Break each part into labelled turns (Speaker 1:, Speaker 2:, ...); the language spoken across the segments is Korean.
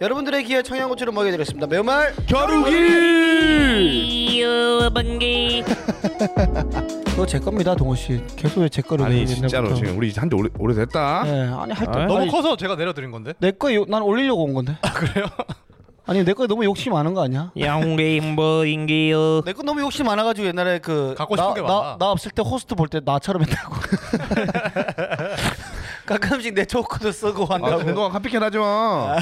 Speaker 1: 여러분들의 귀에 청양고추를 먹여드렸습니다. 매운말
Speaker 2: 겨루기
Speaker 3: 이유 번개
Speaker 1: 그거 제 겁니다, 동호 씨. 계속 왜 제 거를
Speaker 2: 아니
Speaker 1: 올리는
Speaker 2: 진짜로
Speaker 1: 날부터.
Speaker 2: 지금 우리 한지 오래, 오래됐다
Speaker 1: 예, 아니 할 때.
Speaker 2: 아,
Speaker 4: 너무 커서 제가 내려드린 건데.
Speaker 1: 내거난 올리려고 온 건데. 아, 그래요? 아니 내 거에 너무 욕심 많은 거 아니야?
Speaker 3: 양갱 번개요
Speaker 1: 내 거 너무 욕심 많아가지고 옛날에 그
Speaker 4: 갖고 싶은
Speaker 1: 나,
Speaker 4: 게
Speaker 1: 나-
Speaker 4: 많아.
Speaker 1: 나 없을 때 호스트 볼 때 나처럼 했다고. 가끔씩 내 조커도 쓰고
Speaker 2: 아,
Speaker 1: 한다고.
Speaker 2: 운동화 카피캔 하지마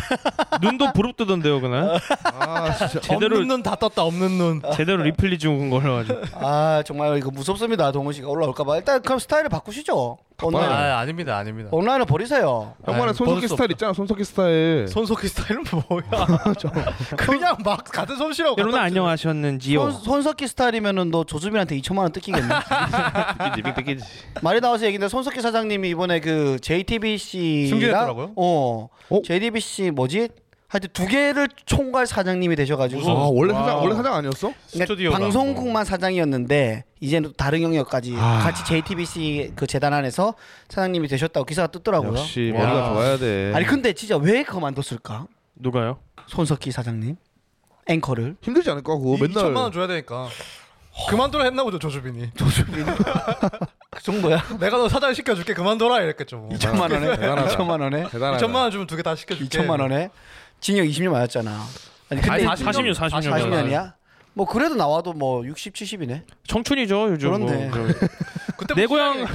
Speaker 5: 눈도 부릅뜨던데요 그날
Speaker 2: 아 진짜
Speaker 5: 제대로
Speaker 1: 어,
Speaker 4: 없는 눈 다 떴다. 없는 눈.
Speaker 5: 제대로 리플리 준 걸로 가지고
Speaker 1: 아 정말 이거 무섭습니다 동훈 씨가 올라올까봐 일단 그럼 스타일을 바꾸시죠 온라인
Speaker 4: 아, 아닙니다, 아닙니다.
Speaker 1: 온라인을 버리세요
Speaker 2: 형만의
Speaker 4: 아유,
Speaker 2: 손석희
Speaker 4: 벗을 수
Speaker 2: 스타일
Speaker 4: 없다.
Speaker 2: 있잖아 손석희 스타일
Speaker 4: 손석희 스타일은 뭐야? 그냥 막 같은 솜씨라고.
Speaker 5: 여러분
Speaker 4: 갖다 주네.
Speaker 5: 안녕하셨는지요?
Speaker 1: 손, 손석희 스타일이면은 너 조수빈한테 2천만 원 뜯기겠네
Speaker 5: 삐끼지 삐끼지
Speaker 1: 말이 나와서 얘기인데 손석희 사장님이 이번에 그 JTBC랑
Speaker 4: 승진했더라고요?
Speaker 1: 어
Speaker 2: 어?
Speaker 1: JTBC 뭐지 하여튼 두 개를 총괄 사장님이 되셔가지고
Speaker 2: 아 원래
Speaker 4: 와우.
Speaker 2: 사장 원래 사장 아니었어?
Speaker 1: 그러니까
Speaker 4: 스튜디오가
Speaker 1: 방송국만 사장이었는데 이제는 또 다른 영역까지 같이 JTBC 그 재단 안에서 사장님이 되셨다고 기사가 떴더라고요
Speaker 2: 역시
Speaker 4: 와.
Speaker 2: 머리가 좋아야 돼
Speaker 1: 아니 그- 근데 진짜 왜 그만뒀을까
Speaker 5: 누가요?
Speaker 1: 손석희 사장님 앵커를
Speaker 2: 힘들지 않을까 그거 뭐
Speaker 4: 이-
Speaker 2: 맨날
Speaker 4: 2천만 원 줘야 되니까. 그만둬라 했나 보죠 조주빈이.
Speaker 1: 그 정도야?
Speaker 4: 내가 너 사장 시켜줄게 그만둬라 이랬겠죠. 뭐.
Speaker 1: 2천만 원에
Speaker 2: 대단하다.
Speaker 1: 2천만 원에
Speaker 2: 대단하다
Speaker 4: 2천만 원 주면 두 개 다 시켜줄게.
Speaker 1: 2천만 원에 징역 20년 맞았잖아. 아니 근데
Speaker 4: 아니,
Speaker 5: 40년 40년
Speaker 1: 40년이야? 뭐 그래도 나와도 뭐 60, 70이네.
Speaker 5: 청춘이죠 요즘
Speaker 1: 그런데.
Speaker 5: 뭐, 저-
Speaker 4: 그때
Speaker 5: 내 고향-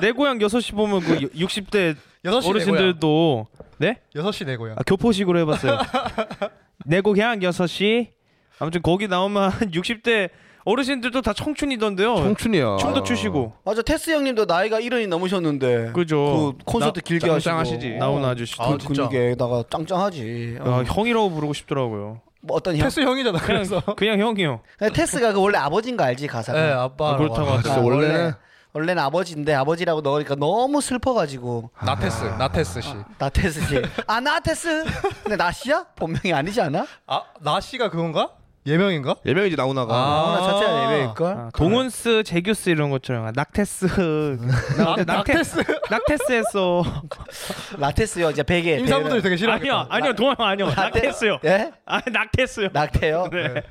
Speaker 5: 내 고향 6시 보면 그 60대
Speaker 4: 6시 어르신들
Speaker 5: 어르신들도 네?
Speaker 4: 6시 내 고향.
Speaker 5: 아, 교포식으로 해봤어요 내 고향 6시 아무튼 거기 나오면 한 60대 어르신들도 다 청춘이던데요
Speaker 2: 청춘이야
Speaker 5: 춤도 추시고
Speaker 1: 맞아 테스 형님도 나이가 1이 넘으셨는데 그,
Speaker 5: 그죠
Speaker 1: 콘서트 길게 하시고
Speaker 2: 짱짱하시지.
Speaker 5: 나온 아저씨
Speaker 4: 아,
Speaker 5: 도
Speaker 1: 그,
Speaker 4: 진짜.
Speaker 1: 근육에다가 짱짱하지. 어.
Speaker 5: 아, 형이라고 부르고 싶더라고요
Speaker 1: 뭐 어떤 형?
Speaker 4: 테스 형이잖아. 그래서.
Speaker 5: 그냥 형이요
Speaker 1: 근데 테스가 그 원래 아버지인 거 알지 가사가.
Speaker 4: 네 아빠.
Speaker 5: 아, 그렇다고
Speaker 4: 와.
Speaker 5: 하죠.
Speaker 2: 진짜 원래
Speaker 1: 원래는 아버지인데 아버지라고 넣으니까 너무 슬퍼가지고
Speaker 4: 나테스 나테스 씨.
Speaker 1: 나테스지. 아 나테스. 근데 나씨야? 본명이 아니지 않아?
Speaker 4: 아 나씨가 그건가? 예명인가?
Speaker 2: 예명이지 나오나가
Speaker 4: 아.
Speaker 1: 아, 나 자체가 예외일걸.
Speaker 5: 아, 동훈스 제규스 이런 것처럼 낙테스 낙- 낙테스 낙테스 했어
Speaker 1: 라테스요 이제 베개.
Speaker 4: 임산부들
Speaker 1: 베개를.
Speaker 4: 되게 싫어하겠다.
Speaker 5: 아니요 아니요 동훈 아니요
Speaker 1: 낙태-
Speaker 5: 낙테스요
Speaker 1: 예?
Speaker 5: 아 낙테스요
Speaker 1: 낙태요?
Speaker 5: 네.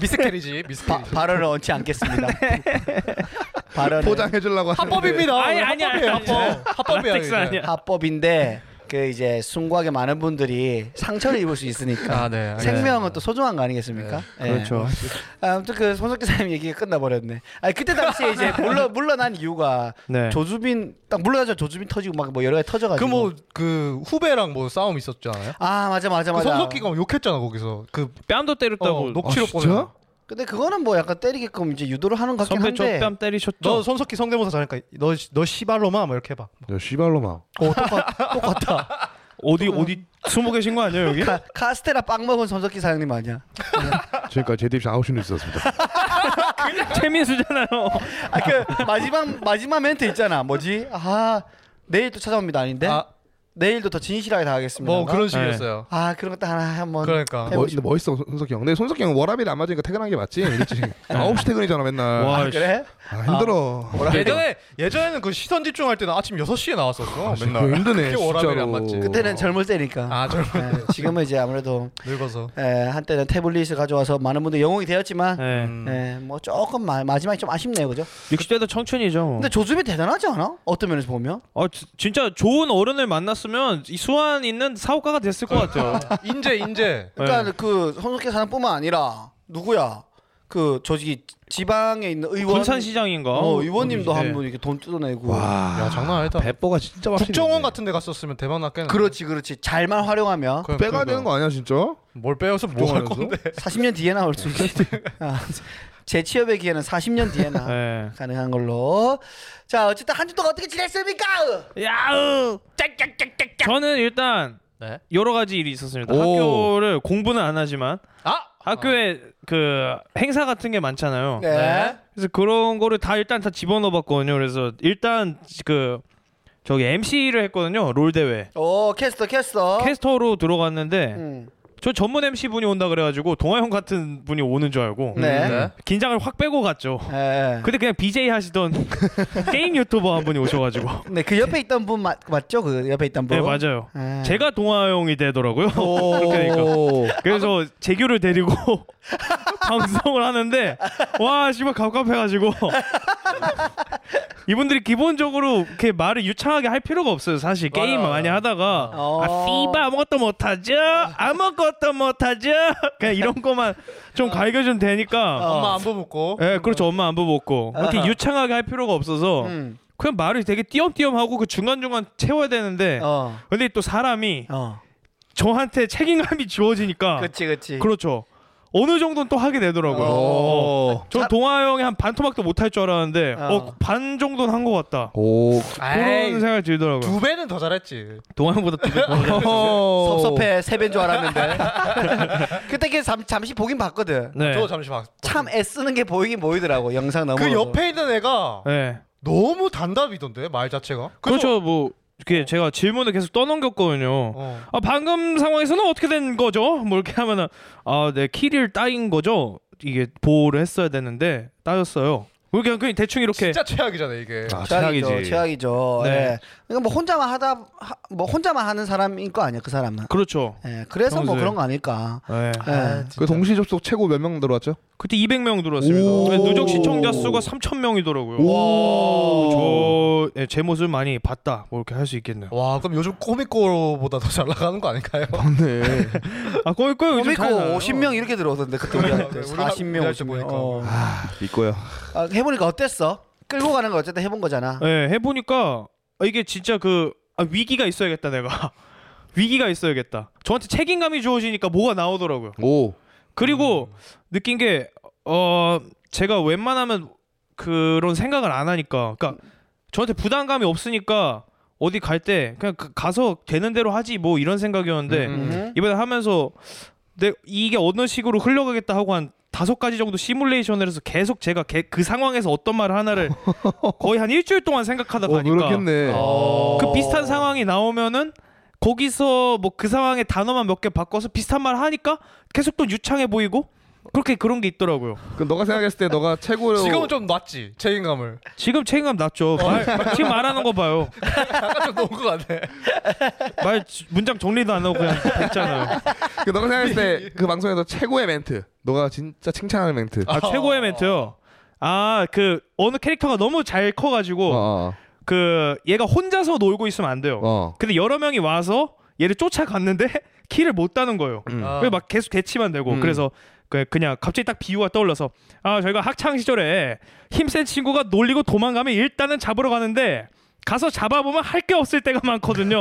Speaker 4: 미스캐리지 미스캐리.
Speaker 1: 바, 발언을 얹지 않겠습니다.
Speaker 5: 네.
Speaker 1: 발언은
Speaker 2: 포장해 주려고
Speaker 4: 합법입니다.
Speaker 5: 아니, 아니, 아니, 아니.
Speaker 4: 합법. 합법이야.
Speaker 5: 라텍스
Speaker 4: 이제.
Speaker 5: 아니야.
Speaker 1: 합법인데 그 이제 숭고하게 많은 분들이 상처를 입을 수 있으니까
Speaker 4: 아, 네, 알겠습니다. 네.
Speaker 1: 생명은 또 소중한 거 아니겠습니까? 예.
Speaker 5: 그렇죠
Speaker 1: 아무튼 그 손석희 사님 얘기가 끝나버렸네. 아니 그때 당시에 이제 물러 물러난 이유가
Speaker 5: 네
Speaker 1: 조주빈 딱 물러나자 조주빈 터지고 막 뭐 여러 가지 터져가지고.
Speaker 4: 그 뭐 그 후배랑 뭐 싸움 있었잖아요.
Speaker 1: 아 맞아 맞아
Speaker 4: 그
Speaker 1: 맞아.
Speaker 4: 손석희가 막 욕했잖아 거기서 그
Speaker 5: 뺨도 때렸다고
Speaker 4: 어, 녹취록
Speaker 2: 아,
Speaker 4: 보내.
Speaker 2: 진짜?
Speaker 1: 근데 그거는 뭐 약간 때리게끔 이제 유도를 하는 것 같긴
Speaker 5: 선배
Speaker 1: 한데.
Speaker 5: 저뺨 때리셨죠
Speaker 4: 너 손석희 성대모사 잘하니까 너너 씨발로마 뭐 이렇게 해봐.
Speaker 2: 야 씨발로마
Speaker 1: 어, 똑같, 똑같다.
Speaker 5: 어디 어디 숨어 계신 거 아니에요 여기
Speaker 1: 카, 카스테라 빵 먹은 손석희 사장님 아니야?
Speaker 2: 지금까지 JTBC 9시 뉴스였습니다
Speaker 5: 최민수잖아요
Speaker 1: 아 그 마지막 마지막 멘트 있잖아. 뭐지? 아 내일 또 찾아옵니다 아닌데
Speaker 4: 아,
Speaker 1: 내일도 더 진실하게 다하겠습니다.
Speaker 4: 뭐 그런 식이었어요.
Speaker 1: 아 그런 것도 하나 한번
Speaker 4: 그러니까.
Speaker 1: 해보-
Speaker 2: 멋, 뭐, 근데 멋있어 손- 손석희 형 근데 손석희 형 워라벨이 안 맞으니까 퇴근한 게 맞지 일찍 9시 퇴근이잖아 맨날
Speaker 5: 와,
Speaker 1: 아, 그래?
Speaker 2: 아 힘들어
Speaker 4: 예전에 예전에는 그 시선 집중할 때는 아침 6시에 나왔었어.
Speaker 2: 아, 진짜
Speaker 4: 맨날.
Speaker 2: 그거 힘드네,
Speaker 4: 그게 워라밸이 안
Speaker 2: 진짜로.
Speaker 4: 맞지.
Speaker 1: 그때는 젊을 때니까.
Speaker 4: 아, 젊은
Speaker 1: 예, 지금은 이제 아무래도
Speaker 4: 늙어서.
Speaker 1: 예, 한때는 태블릿을 가져와서 많은 분들 영웅이 되었지만
Speaker 5: 네.
Speaker 4: 음.
Speaker 1: 예, 뭐 조금 마, 마지막이 좀 아쉽네요, 그죠?
Speaker 5: 60대도 청춘이죠 뭐.
Speaker 1: 근데 조준이 대단하지 않아? 어떤 면에서 보면?
Speaker 5: 아 지- 진짜 좋은 어른을 만났으면 이 수완 있는 사업가가 됐을 것 같아요
Speaker 4: 인제 인제.
Speaker 1: 그러니까
Speaker 5: 네.
Speaker 1: 그 손석희 사장뿐만 아니라 누구야? 그 저기 지방에 있는 의원
Speaker 5: 군산시장인가
Speaker 1: 어, 의원님도
Speaker 5: 네.
Speaker 1: 한분 이렇게 돈 뜯어내고.
Speaker 4: 야, 장난 아니다.
Speaker 2: 배뽀가 진짜 확실히
Speaker 4: 국정원 같은 데 갔었으면 대박 났겠네.
Speaker 1: 그렇지 그렇지 잘만 활용하면
Speaker 4: 그냥
Speaker 2: 빼가야
Speaker 4: 그거.
Speaker 2: 되는 거 아니야 진짜?
Speaker 4: 뭘 빼어서 뭐 할
Speaker 2: 국정원에서?
Speaker 4: 건데.
Speaker 1: 40년 뒤에 나올 수 있지 아, 재취업의 기회는 40년 뒤에나
Speaker 5: 네.
Speaker 1: 가능한 걸로 자 어쨌든 한 주 동안 어떻게 지냈습니까?
Speaker 5: 야우 짝짝짝짝짝 저는 일단
Speaker 4: 네.
Speaker 5: 여러 가지 일이 있었습니다
Speaker 2: 오.
Speaker 5: 학교를 공부는 안 하지만
Speaker 4: 아,
Speaker 5: 학교에 그 행사 같은 게 많잖아요
Speaker 1: 네.
Speaker 4: 네.
Speaker 5: 그래서 그런 거를 다 일단 다 집어넣어봤거든요 그래서 일단 그 저기 MC를 했거든요 롤 대회
Speaker 1: 오 캐스터 캐스터
Speaker 5: 어? 캐스터로 들어갔는데
Speaker 1: 음.
Speaker 5: 저 전문 MC 분이 온다 그래가지고 동아 형 같은 분이 오는 줄 알고
Speaker 1: 네.
Speaker 4: 네.
Speaker 5: 긴장을 확 빼고 갔죠.
Speaker 1: 예.
Speaker 5: 근데 그냥 BJ 하시던 게임 유튜버 한 분이 오셔가지고
Speaker 1: 네, 그 옆에 있던 분 맞, 맞죠? 그 옆에 있던 분.
Speaker 5: 네 맞아요.
Speaker 1: 예.
Speaker 5: 제가 동아 형이 되더라고요. 그러니까.
Speaker 2: 오.
Speaker 5: 그래서 재규를 데리고 방송을 하는데 와 씨발 갑갑해가지고 이분들이 기본적으로 이렇게 말을 유창하게 할 필요가 없어요 사실 게임
Speaker 4: 맞아.
Speaker 5: 많이 하다가
Speaker 1: 어.
Speaker 5: 아 씨발 아무것도 못하죠 아무것도 못하죠 그냥 이런 거만 좀 갈겨주면 되니까
Speaker 4: 엄마 안 보묻고.
Speaker 5: 어. 예 그렇죠 엄마 안부 먹고 이렇게 유창하게 할 필요가 없어서
Speaker 1: 음.
Speaker 5: 그냥 말을 되게 띄엄띄엄 하고 그 중간중간 채워야 되는데
Speaker 1: 어.
Speaker 5: 근데 또 사람이
Speaker 1: 어.
Speaker 5: 저한테 책임감이 주어지니까
Speaker 1: 그렇지, 그렇지.
Speaker 5: 그렇죠. 어느 정도는 또 하게 되더라고요. 어.
Speaker 2: 오.
Speaker 5: 전 동아 형이 한 반 토막도 못 할 줄 알았는데
Speaker 1: 어.
Speaker 5: 어, 반 정도는 한 것 같다.
Speaker 2: 오.
Speaker 5: 그런 생각이 들더라고요.
Speaker 4: 두 배는 더 잘했지.
Speaker 5: 동아 형보다 두배 어.
Speaker 1: 섭섭해 세배인 줄 알았는데 그때 걔 잠, 잠시 보긴 봤거든
Speaker 5: 네.
Speaker 4: 저 잠시 막.
Speaker 1: 참 애쓰는 게 보이긴 보이더라고 영상 넘어
Speaker 4: 그 옆에 있는 애가
Speaker 5: 네.
Speaker 4: 너무 단답이던데 말 자체가. 그래서-
Speaker 5: 그렇죠. 뭐 이렇게 제가 질문을 계속 떠넘겼거든요.
Speaker 4: 어.
Speaker 5: 아, 방금 상황에서는 어떻게 된 거죠? 뭐 이렇게 하면은 아, 네 키를 따인 거죠. 이게 보호를 했어야 되는데 따였어요. 그냥 그냥 대충 이렇게
Speaker 4: 진짜 최악이잖아 이게.
Speaker 2: 아,
Speaker 1: 최악이죠
Speaker 2: 최악이지.
Speaker 1: 최악이죠
Speaker 5: 네.
Speaker 1: 예. 그러니까 뭐 혼자만 하다 하- 뭐 혼자만 하는 사람인 거 아니야 그 사람은
Speaker 5: 그렇죠.
Speaker 1: 예. 그래서 뭐
Speaker 5: 평소에.
Speaker 1: 그런 거 아닐까
Speaker 5: 네.
Speaker 1: 예.
Speaker 2: 그 동시 접속 최고 몇 명 들어왔죠?
Speaker 5: 그때 200명 들어왔습니다.
Speaker 2: 오.
Speaker 5: 네, 누적 시청자 수가 3,000명이더라고요. 저, 예, 제 모습 많이 봤다. 뭐 이렇게 할 수 있겠네요.
Speaker 1: 어.
Speaker 4: 와 그럼 요즘 코믹고보다 더 잘 나가는 거 아닐까요?
Speaker 2: 맞네.
Speaker 5: 아, 거의 거의 요즘
Speaker 1: 코미코
Speaker 5: 잘 나와요.
Speaker 1: 50명 이렇게 들어오던데 그때
Speaker 4: 그래,
Speaker 1: 우리한테
Speaker 4: 그래, 네, 우리가
Speaker 1: 40명
Speaker 4: 우리한테
Speaker 1: 50명
Speaker 4: 보니까.
Speaker 1: 어.
Speaker 2: 이거야.
Speaker 1: 아, 해보니까 어땠어? 끌고 가는 걸 어쨌든 해본 거잖아
Speaker 5: 예, 해보니까 아, 이게 진짜 그 아, 위기가 있어야겠다 내가. 위기가 있어야겠다. 저한테 책임감이 주어지니까 뭐가 나오더라고요.
Speaker 2: 오.
Speaker 5: 그리고
Speaker 1: 음.
Speaker 5: 느낀 게 어, 제가 웬만하면 그런 생각을 안 하니까 그러니까 저한테 부담감이 없으니까 어디 갈 때 그냥 가- 가서 되는 대로 하지 뭐 이런 생각이었는데
Speaker 1: 음.
Speaker 5: 이번에 하면서 내 이게 어느 식으로 흘러가겠다 하고 한 다섯 가지 정도 시뮬레이션을 해서 계속 제가 개- 그 상황에서 어떤 말을 하나를 거의 한 일주일 동안 생각하다
Speaker 2: 어,
Speaker 5: 가니까
Speaker 2: 노력했네. 어.
Speaker 5: 그 비슷한 상황이 나오면은 거기서 뭐 그 상황의 단어만 몇 개 바꿔서 비슷한 말 하니까 계속 또 유창해 보이고 그렇게 그런 게 있더라고요.
Speaker 2: 그 너가 생각했을 때 너가 최고로
Speaker 4: 지금은 좀 놨지 책임감을. 어,
Speaker 5: 지금 책임감
Speaker 2: 어,
Speaker 5: 낮죠. 말, 지금 말하는 거 봐요.
Speaker 4: 약간 좀 놓은 거 같네.
Speaker 5: 말 지- 문장 정리도 안 하고 그냥 했잖아요.
Speaker 2: 그 너가 생각했을 때 그 방송에서 최고의 멘트. 너가 진짜 칭찬하는 멘트.
Speaker 5: 아 최고의 멘트요. 아 그 어느 캐릭터가 너무 잘
Speaker 2: 어.
Speaker 5: 커가지고
Speaker 2: 어.
Speaker 5: 그 얘가 혼자서 놀고 있으면 안 돼요.
Speaker 2: 어.
Speaker 5: 근데 여러 명이 와서 얘를 쫓아갔는데 키를 못 따는 거예요.
Speaker 2: 음.
Speaker 4: 아.
Speaker 5: 그래서 막 계속 대치만 되고
Speaker 2: 음.
Speaker 5: 그래서 그- 그냥 갑자기 딱 비유가 떠올라서 아 저희가 학창 시절에 힘센 친구가 놀리고 도망가면 일단은 잡으러 가는데 가서 잡아보면 할 게 없을 때가 많거든요.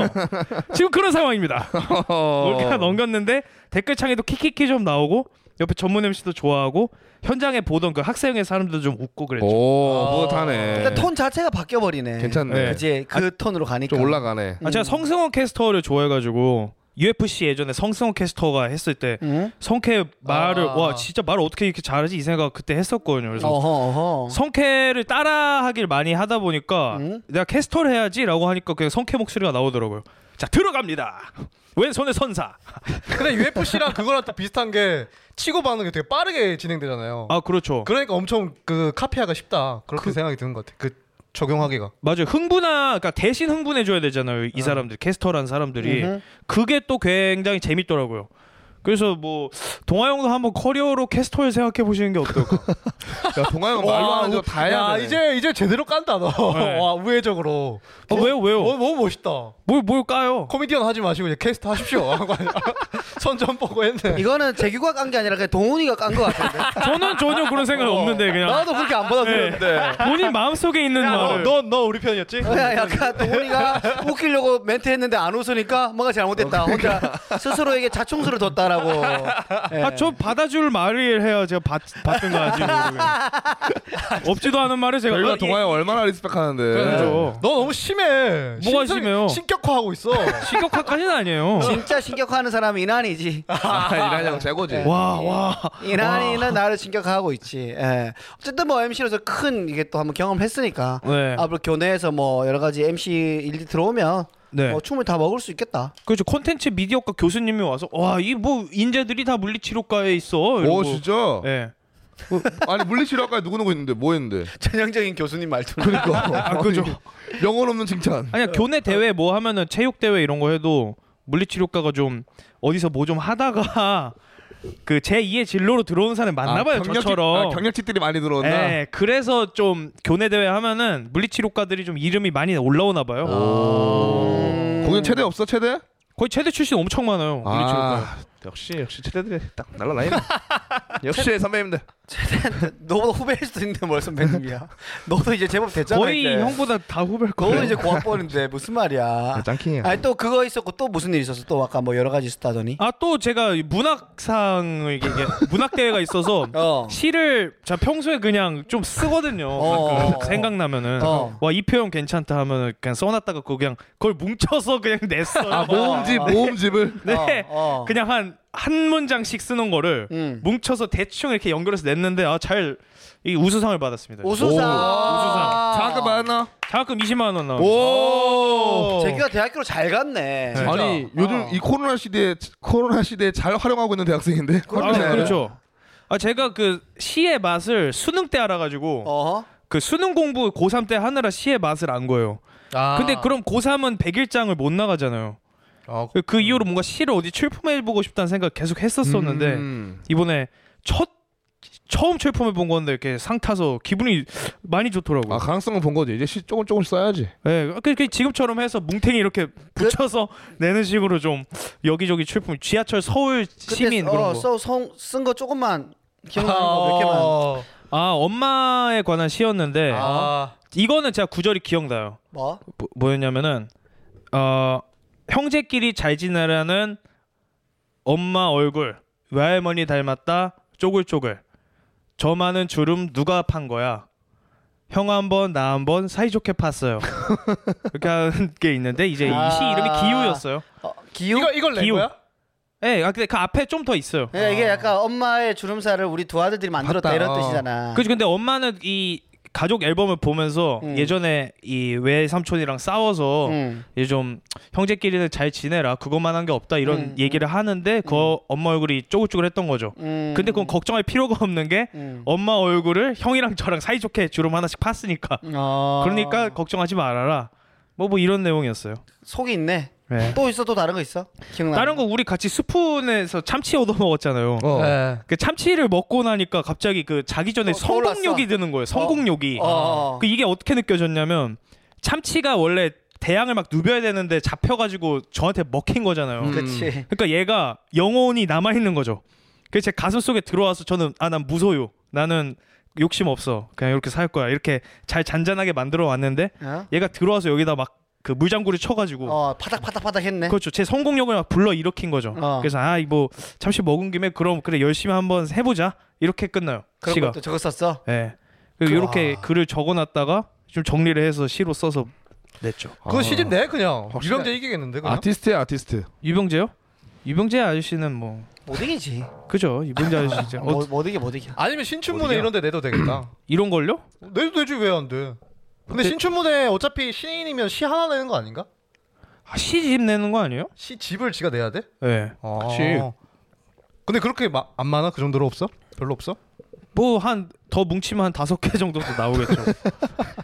Speaker 5: 지금 그런 상황입니다.
Speaker 2: 어.
Speaker 5: 어. 올카 넘겼는데 댓글창에도 키키키 좀 나오고 옆에 전문 MC도 좋아하고 현장에 보던 그 학생의 사람들도 좀 웃고 그랬죠.
Speaker 2: 오,
Speaker 4: 아.
Speaker 2: 뿌듯하네.
Speaker 1: 그러니까 톤 자체가 바뀌어 버리네
Speaker 2: 괜찮네.
Speaker 5: 네.
Speaker 1: 그지 그 톤으로 가니까
Speaker 2: 좀 올라가네.
Speaker 5: 아,
Speaker 1: 음.
Speaker 5: 제가 성승호 캐스터를 좋아해가지고 UFC 예전에 성승호 캐스터가 했을 때
Speaker 1: 응?
Speaker 5: 성캐 말을
Speaker 4: 아.
Speaker 5: 와 진짜 말을 어떻게 이렇게 잘하지 이 생각 그때 했었거든요. 그래서
Speaker 1: 어허 어허
Speaker 5: 성캐를 따라하길 많이 하다 보니까
Speaker 1: 응?
Speaker 5: 내가 캐스터를 해야지라고 하니까 그냥 성캐 목소리가 나오더라고요. 자 들어갑니다. 왼손에 선사.
Speaker 4: 근데 UFC랑 그거랑 또 비슷한 게 치고 받는 게 되게 빠르게
Speaker 1: 어.
Speaker 4: 진행되잖아요.
Speaker 5: 아 그렇죠.
Speaker 4: 그러니까 엄청 그 카피하기가 쉽다. 그렇게 생각이 드는 것 같아. 그 적용하기가.
Speaker 5: 맞아요. 흥분하 그러니까 대신 흥분해 줘야 되잖아요. 이 사람들 캐스터란 사람들이
Speaker 1: 음. 음흠.
Speaker 5: 그게 또 굉장히 재밌더라고요. 그래서 뭐 동아 형도 한번 커리어로 캐스터를 생각해 보시는 게 어떨까?
Speaker 2: 야, 동아형 말로
Speaker 4: 와, 뭐,
Speaker 2: 하는 거 다 해야
Speaker 4: 야,
Speaker 2: 돼.
Speaker 4: 이제 이제 제대로 깐다 너.
Speaker 5: 네.
Speaker 4: 와 우회적으로.
Speaker 5: 아, 왜요
Speaker 4: 어,
Speaker 5: 왜요?
Speaker 4: 너무 멋있다.
Speaker 5: 뭘 뭘까요?
Speaker 4: 코미디언 하지 마시고 이제 캐스트 하십시오. 선전 보고 했네.
Speaker 1: 이거는 재규가 깐 게 아니라 그냥 동훈이가 깐 거 같은데
Speaker 5: 저는 전혀 그런 생각
Speaker 2: 어.
Speaker 5: 없는데 그냥
Speaker 1: 나도 그렇게 안 받아들였는데
Speaker 5: 본인 마음속에 있는 말을
Speaker 4: 너너 너 우리 편이었지?
Speaker 1: 그냥 약간 동훈이가 웃기려고 멘트 했는데 안 웃으니까 뭔가 잘못됐다 혼자 스스로에게 자충수를 뒀다라고 예.
Speaker 2: 네.
Speaker 5: 아 저 받아줄 말을 해야 제가 받, 받든 거 아직 모르겠네 없지도 않은 말을 제가
Speaker 2: 저희가
Speaker 5: 어, 예.
Speaker 2: 동아형 얼마나 리스펙하는데.
Speaker 5: 그렇죠.
Speaker 4: 너 너무 심해.
Speaker 5: 뭐가
Speaker 4: 신성-
Speaker 5: 심해요?
Speaker 4: 신격화하고 있어.
Speaker 5: 신격화까지는 네. 아니에요
Speaker 1: 진짜 신격화하는 사람은 이난이지
Speaker 2: 아, 이란형 최고지.
Speaker 5: 네. 와와
Speaker 1: 이난이는 나를 신격화하고 있지 예. 어쨌든 뭐 MC로서 큰 이게 또 한번 경험했으니까
Speaker 5: 네.
Speaker 1: 앞으로 교내에서 뭐 여러 가지 MC 일이 들어오면
Speaker 5: 네.
Speaker 1: 뭐 춤을 다 먹을 수 있겠다.
Speaker 5: 그렇죠. 콘텐츠 미디어과 교수님이 와서 와 이 뭐 인재들이 다 물리치료과에 있어. 이러고.
Speaker 2: 오 진짜?
Speaker 5: 예.
Speaker 2: 아니 물리치료학과에 누구 누구 있는데 뭐 했는데?
Speaker 1: 전형적인 교수님 말투.
Speaker 2: 그러니까
Speaker 5: 아, 그죠.
Speaker 2: 영혼 없는 칭찬.
Speaker 5: 아니야 교내 대회 뭐 하면은 체육 대회 이런 거 해도 물리치료과가 좀 어디서 뭐 좀 하다가 그 제2의 진로로 들어온 사람이
Speaker 2: 아,
Speaker 5: 많나봐요
Speaker 2: 경력직-
Speaker 5: 저처럼.
Speaker 2: 아, 경력직들이 많이 들어왔나?
Speaker 5: 예, 그래서 좀 교내 대회 하면은 물리치료과들이 좀 이름이 많이 올라오나 봐요.
Speaker 1: 아.
Speaker 2: 공연 체대 없어 체대?
Speaker 5: 거의 최대 출신 엄청 많아요. 물리치료과.
Speaker 2: 아, 역시 역시 체대들이 딱 날라다니네. 역시 선배님들.
Speaker 1: 너보다 후배일 수도 있는데 뭘 선배님이야. 너도 이제 제법 됐잖아.
Speaker 5: 거의
Speaker 1: 이제.
Speaker 5: 형보다 다 후배일 거예요.
Speaker 1: 너도 이제 고학번인데 무슨 말이야.
Speaker 2: 짱킹이야.
Speaker 1: 아니 또 그거 있었고 또 무슨 일 있었어? 또 아까 뭐 여러 가지 있었다더니.
Speaker 5: 아 또 제가 문학상 이게 이게 문학 대회가 있어서
Speaker 1: 어.
Speaker 5: 시를 자 평소에 그냥 좀 쓰거든요.
Speaker 1: 어,
Speaker 5: 가끔
Speaker 1: 어, 어.
Speaker 5: 생각나면은
Speaker 1: 어.
Speaker 5: 와 이 표현 괜찮다 하면은 그냥 써놨다가 그거 그냥 그걸 뭉쳐서 그냥 냈어요.
Speaker 2: 아 모음집 모음집을.
Speaker 5: 네.
Speaker 1: 뭐. 어, 어.
Speaker 5: 그냥 한 한 문장씩 쓰는 거를
Speaker 1: 음.
Speaker 5: 뭉쳐서 대충 이렇게 연결해서 냈는데 아잘이 우수상을 받았습니다.
Speaker 1: 우수상.
Speaker 5: 우수상.
Speaker 2: 자가 많나?
Speaker 5: 장학금 20만 원 나온.
Speaker 2: 오.
Speaker 1: 어.
Speaker 4: 어.
Speaker 1: 제가 대학교를 잘 갔네.
Speaker 5: 네.
Speaker 2: 아니 요즘 이 코로나 시대에 코로나 시대에 잘 활용하고 있는 대학생인데.
Speaker 5: 아,
Speaker 2: 네.
Speaker 5: 그렇죠. 아 제가 그 시의 맛을 수능 때 알아가지고
Speaker 1: 어허.
Speaker 5: 그 수능 공부 고3 때 하느라 시의 맛을 안 거예요.
Speaker 4: 아.
Speaker 5: 근데 그럼 고3은 100일장을 못 나가잖아요.
Speaker 4: 아,
Speaker 5: 그, 그 이후로 뭔가 시를 어디 출품해 보고 싶다는 생각 계속 했었었는데
Speaker 2: 음.
Speaker 5: 이번에 첫 처음 출품해 본 건데 이렇게 상 타서 기분이 많이
Speaker 2: 아
Speaker 5: 좋더라고요.
Speaker 2: 가능성은 본 거지. 이제 시 조금 조금 써야지.
Speaker 5: 예, 그, 그 지금처럼 해서 뭉탱이 이렇게 붙여서 내는 식으로 좀 여기저기 출품 지하철 서울 시민
Speaker 1: 그때 어,
Speaker 5: 그런 거.
Speaker 1: 어써쓴거 조금만 기억나는 거 몇 개만.
Speaker 5: 아 엄마에 관한 시였는데
Speaker 4: 아.
Speaker 5: 이거는 제가 구절이 기억나요.
Speaker 1: 뭐?
Speaker 5: 뭐, 뭐였냐면은 어 형제끼리 잘 지내라는 엄마 얼굴 외할머니 닮았다 쪼글쪼글 저 많은 주름 누가 판 거야 형 한번 나 한번 사이좋게 팠어요 이렇게 하는 게 있는데 이제 이 시 이름이
Speaker 1: 아.
Speaker 5: 기우였어요
Speaker 1: 어, 기우?
Speaker 4: 이거 이걸 낸
Speaker 5: 기호.
Speaker 4: 거야?
Speaker 5: 예 아, 근데 그 앞에 좀 더 있어요
Speaker 1: 예, 이게 약간 엄마의 주름살을 우리 두 아들들이 만들었다
Speaker 2: 봤다.
Speaker 1: 이런
Speaker 2: 어.
Speaker 1: 뜻이잖아.
Speaker 5: 그죠 근데 엄마는 이 가족 앨범을 보면서
Speaker 1: 음.
Speaker 5: 예전에 이 외삼촌이랑 싸워서
Speaker 1: 음.
Speaker 5: 이제 좀 형제끼리는 잘 지내라 그것만 한 게 없다 이런
Speaker 1: 음,
Speaker 5: 얘기를 하는데 그 엄마 얼굴이 쪼글쪼글했던 거죠.
Speaker 1: 음.
Speaker 5: 근데 그건 걱정할 필요가 없는 게
Speaker 1: 음.
Speaker 5: 엄마 얼굴을 형이랑 저랑 사이좋게 주름 하나씩 팠으니까
Speaker 1: 어.
Speaker 5: 그러니까 걱정하지 말아라. 뭐 뭐 이런 내용이었어요.
Speaker 1: 속이 있네.
Speaker 5: 네.
Speaker 1: 또 있어 또 다른 거 있어? 기억나?
Speaker 5: 다른 거 우리 같이 스푼에서 참치 얻어 먹었잖아요.
Speaker 2: 어.
Speaker 4: 네.
Speaker 5: 그 참치를 먹고 나니까 갑자기 그 자기 전에
Speaker 1: 어, 떠올랐어.
Speaker 5: 성공욕이 드는 거예요. 성공욕이.
Speaker 1: 어, 어.
Speaker 5: 그 이게 어떻게 느껴졌냐면 참치가 원래 대양을 막 누벼야 되는데 잡혀가지고 저한테 먹힌 거잖아요.
Speaker 2: 음.
Speaker 1: 그치.
Speaker 5: 그러니까 얘가 영혼이 남아 있는 거죠. 그래서 제 가슴 속에 들어와서 저는 아 난 무소유, 나는 욕심 없어, 그냥 이렇게 살 거야 이렇게 잘 잔잔하게 만들어 왔는데
Speaker 1: 어?
Speaker 5: 얘가 들어와서 여기다 막 그 물장구를 쳐가지고
Speaker 1: 어 파닥파닥파닥 했네.
Speaker 5: 그렇죠 제 성공력을 막 불러 일으킨 거죠.
Speaker 1: 어.
Speaker 5: 그래서 아 뭐 잠시 먹은 김에 그럼 그래 열심히 한번 해보자 이렇게 끝나요
Speaker 1: 그런
Speaker 5: 시가.
Speaker 1: 것도 아. 저거 썼어.
Speaker 5: 예. 그리고 이렇게 글을 적어놨다가 좀 정리를 해서 시로 써서 냈죠.
Speaker 4: 그거 시집 내 그냥.
Speaker 2: 확실해.
Speaker 4: 유령제 이기겠는데 그냥.
Speaker 2: 아. 아티스트야 아티스트.
Speaker 5: 유병재요? 유병재 아저씨는 뭐
Speaker 1: 못 이기지.
Speaker 5: 그죠 유병재 아저씨죠. 어,
Speaker 1: 못, 못 이겨 못 이겨.
Speaker 4: 아니면 신춘문예 이런 데 내도 되겠다.
Speaker 5: 이런 걸요?
Speaker 4: 내도 되지 왜 안 돼? 근데 신춘문예 어차피 시인이면 시 하나 내는 거 아닌가?
Speaker 5: 아, 시집 내는 거 아니에요?
Speaker 4: 시 집을 지가 내야 돼?
Speaker 5: 예.
Speaker 4: 아.
Speaker 2: 그치.
Speaker 4: 근데 그렇게 마, 안 많아? 그 정도로 없어? 별로 없어?
Speaker 5: 뭐 한 더 뭉치면 한 다섯 개 정도도 나오겠죠.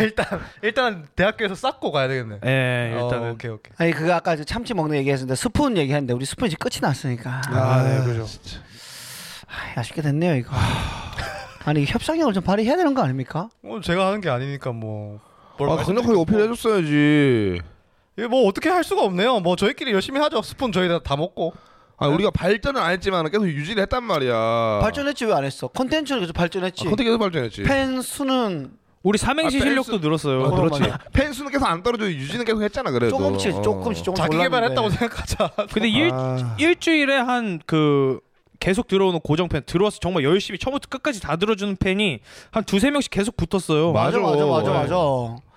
Speaker 4: 일단 일단 대학교에서 쌓고 가야 되겠네.
Speaker 5: 예,
Speaker 4: 어,
Speaker 5: 일단은.
Speaker 4: 오케이 오케이.
Speaker 1: 아니 그거 아까 저 참치 먹는 얘기했는데 스푼 얘기했는데 우리 스푼 이제 끝이 났으니까
Speaker 5: 아, 네, 그죠.
Speaker 1: 아, 아쉽게 됐네요 이거. 아니 협상력을 좀 발휘해야 되는 거 아닙니까?
Speaker 4: 뭐 제가 하는 게 아니니까 뭐. 뭘
Speaker 2: 아 강력하게 어필해줬어야지.
Speaker 4: 이게 뭐 어떻게 할 수가 없네요. 뭐 저희끼리 열심히 하죠. 스푼 저희 다, 다 먹고.
Speaker 2: 아 우리가 발전은 안 했지만 계속 유지를 했단 말이야.
Speaker 1: 발전했지 왜 안 했어? 컨텐츠를 계속 발전했지.
Speaker 2: 컨텐츠 계속 발전했지.
Speaker 1: 팬 수는
Speaker 5: 우리 삼행시
Speaker 2: 아,
Speaker 5: 실력도 늘었어요.
Speaker 2: 아, 늘었지.
Speaker 1: 그러면
Speaker 2: 팬 수는 계속 안 떨어져 유지는 계속 했잖아 그래도.
Speaker 1: 조금씩
Speaker 2: 어.
Speaker 1: 조금씩 조금씩
Speaker 4: 자기
Speaker 1: 올랐는데.
Speaker 4: 개발했다고 생각하자.
Speaker 5: 근데 일
Speaker 2: 아.
Speaker 5: 일주일에 한 그 계속 들어오는 고정 팬 들어와서 정말 열심히 처음부터 끝까지 다 들어주는 팬이 한 두세 명씩 계속 붙었어요.
Speaker 2: 맞아.
Speaker 1: 맞아 맞아 맞아
Speaker 2: 네.
Speaker 1: 맞아.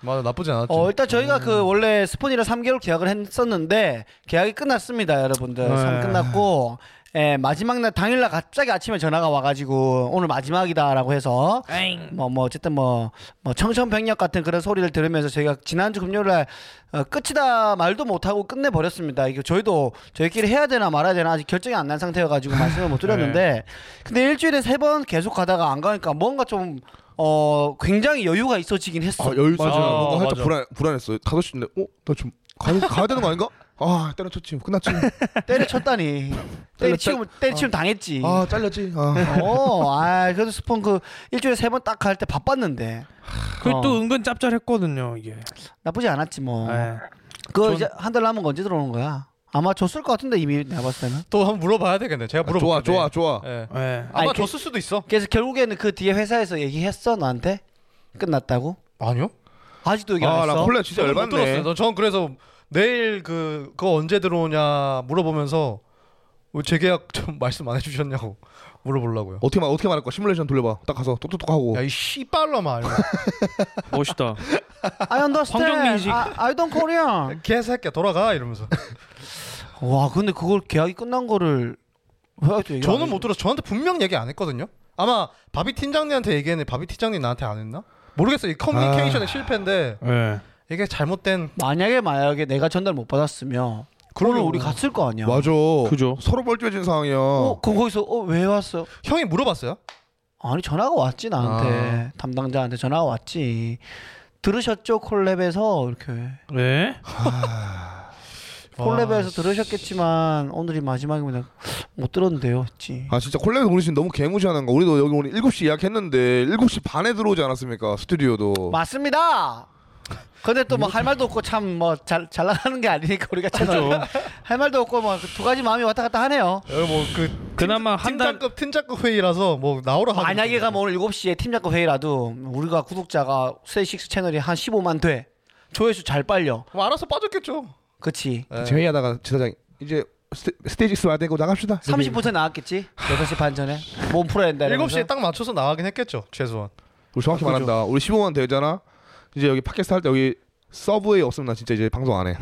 Speaker 4: 맞아 나쁘지 않았죠.
Speaker 1: 어, 일단 저희가 그 원래 스폰이랑 3개월 계약을 했었는데 계약이 끝났습니다, 여러분들.
Speaker 5: 네.
Speaker 1: 삼 끝났고 예, 마지막 날 당일 날 갑자기 아침에 전화가 와 가지고 오늘 마지막이다라고 해서
Speaker 3: 아잉.
Speaker 1: 뭐 뭐 어쨌든 뭐, 뭐 청천벽력 같은 그런 소리를 들으면서 저희가 지난주 금요일날 어, 끝이다 말도 못하고 끝내 버렸습니다. 이게 저희도 저희끼리 해야 되나 말아야 되나 아직 결정이 안 난 상태여가지고 말씀을 못 드렸는데 근데 일주일에 세 번 계속 가다가 안 가니까 뭔가 좀 어, 굉장히 여유가 있어지긴
Speaker 2: 아,
Speaker 1: 했어.
Speaker 2: 여유
Speaker 5: 맞아.
Speaker 2: 있어. 뭔가 살짝
Speaker 3: 맞아.
Speaker 2: 불안 불안했어. 다섯 시인데, 어, 나 좀 가야, 가야 되는 거 아닌가? 아, 때려쳤지. 끝났지.
Speaker 1: 때려쳤다니. 때리치면 때리치면 당했지.
Speaker 2: 아, 잘렸지. 아.
Speaker 1: 어, 아 그래도 스폰 그 일주일에 세 번 딱 갈 때 바빴는데
Speaker 5: 그또 게 은근 짭짤했거든요 이게.
Speaker 1: 나쁘지 않았지 뭐.
Speaker 5: 예.
Speaker 1: 그거
Speaker 5: 전-
Speaker 1: 이제 한 달 남은 거 언제 들어오는 거야? 아마 줬을 것 같은데 이미 내가 봤을 때는.
Speaker 4: 또 한번 물어봐야 되겠네. 제가 물어볼게.
Speaker 2: 좋아, 좋아, 좋아.
Speaker 4: 예.
Speaker 5: 예.
Speaker 4: 아마
Speaker 1: 아니, 그-
Speaker 4: 줬을 수도 있어.
Speaker 1: 그래서 결국에는 그 뒤에 회사에서 얘기했어 너한테 끝났다고?
Speaker 4: 아니요.
Speaker 1: 네. 아직도 얘기 안
Speaker 2: 아, 나
Speaker 1: 했어?
Speaker 2: 콜라 진짜
Speaker 4: 저는 못
Speaker 2: 열받네.
Speaker 4: 들었어요. 전 그래서 내일 그 그거 언제 들어오냐 물어보면서 왜 재계약 좀 말씀 안 해주셨냐고 물어보려고요.
Speaker 2: 어떻게 말 어떻게 말할 거야? 시뮬레이션 돌려봐. 딱 가서 똑똑똑 하고.
Speaker 4: 야이 씨발놈아. 이거.
Speaker 5: 멋있다.
Speaker 1: I understand.
Speaker 5: 환경민식.
Speaker 1: 아, I don't Korean.
Speaker 4: 개새끼야 돌아가 이러면서.
Speaker 1: 와 근데 그걸 계약이 끝난 거를 왜 아직도 얘기 안
Speaker 4: 저는
Speaker 1: 해?
Speaker 4: 못 들었어. 저한테 분명 얘기 안 했거든요. 아마 바비 팀장님한테 얘기했는데 바비 팀장님 나한테 안 했나? 모르겠어. 이 커뮤니케이션의 실패인데
Speaker 5: 예.
Speaker 4: 이게 잘못된
Speaker 1: 만약에 만약에 내가 전달 못 받았으면 그러면 우리 갔을 거 아니야?
Speaker 2: 맞아.
Speaker 5: 그죠.
Speaker 2: 서로 벌떼진 상황이야.
Speaker 1: 어 그럼 거기서 어 왜 왔어?
Speaker 4: 형이 물어봤어요.
Speaker 1: 아니 전화가 왔지
Speaker 4: 아.
Speaker 1: 나한테 담당자한테 전화가 왔지 들으셨죠 콜랩에서 이렇게
Speaker 5: 예.
Speaker 2: 아,
Speaker 1: 콜랩에서 들으셨겠지만 오늘이 마지막입니다 못 들었는데요 했지
Speaker 2: 아 진짜 콜렉터 우리 지금 너무 개무시하는 거. 우리도 여기 오늘 7시 예약했는데 7시 반에 들어오지 않았습니까?
Speaker 4: 뭐.
Speaker 2: 스튜디오도.
Speaker 1: 맞습니다 근데 또 뭐 할 말도 없고 참 뭐 잘 잘 나가는 게 아니니까 우리가 참할 말도 없고 뭐 두 가지 마음이 왔다 갔다 하네요
Speaker 4: 뭐그
Speaker 5: 그나마 한 달.
Speaker 4: 팀장급 팀장급 회의라서 뭐 나오라 하고
Speaker 1: 만약에 가면 오늘 7시에 팀장급 회의라도 우리가 구독자가 스테이식스 채널이 한 15만 돼 조회수 잘 빨려
Speaker 4: 뭐 알아서 빠졌겠죠.
Speaker 1: 그치
Speaker 4: 예.
Speaker 2: 제 회의하다가 지사장 이제 스테, 스테이지스 와야 되고 나갑시다.
Speaker 1: 30% 나왔겠지 6시 반 전에 몸 풀어야 된다 이러면서.
Speaker 4: 7시에 딱 맞춰서 나가긴 했겠죠. 최소한.
Speaker 2: 우리 정확히 말한다. 우리 15만 되잖아. 이제 여기 팟캐스트 할 때 여기 서브웨이 없으면 나 진짜 이제 방송 안 해.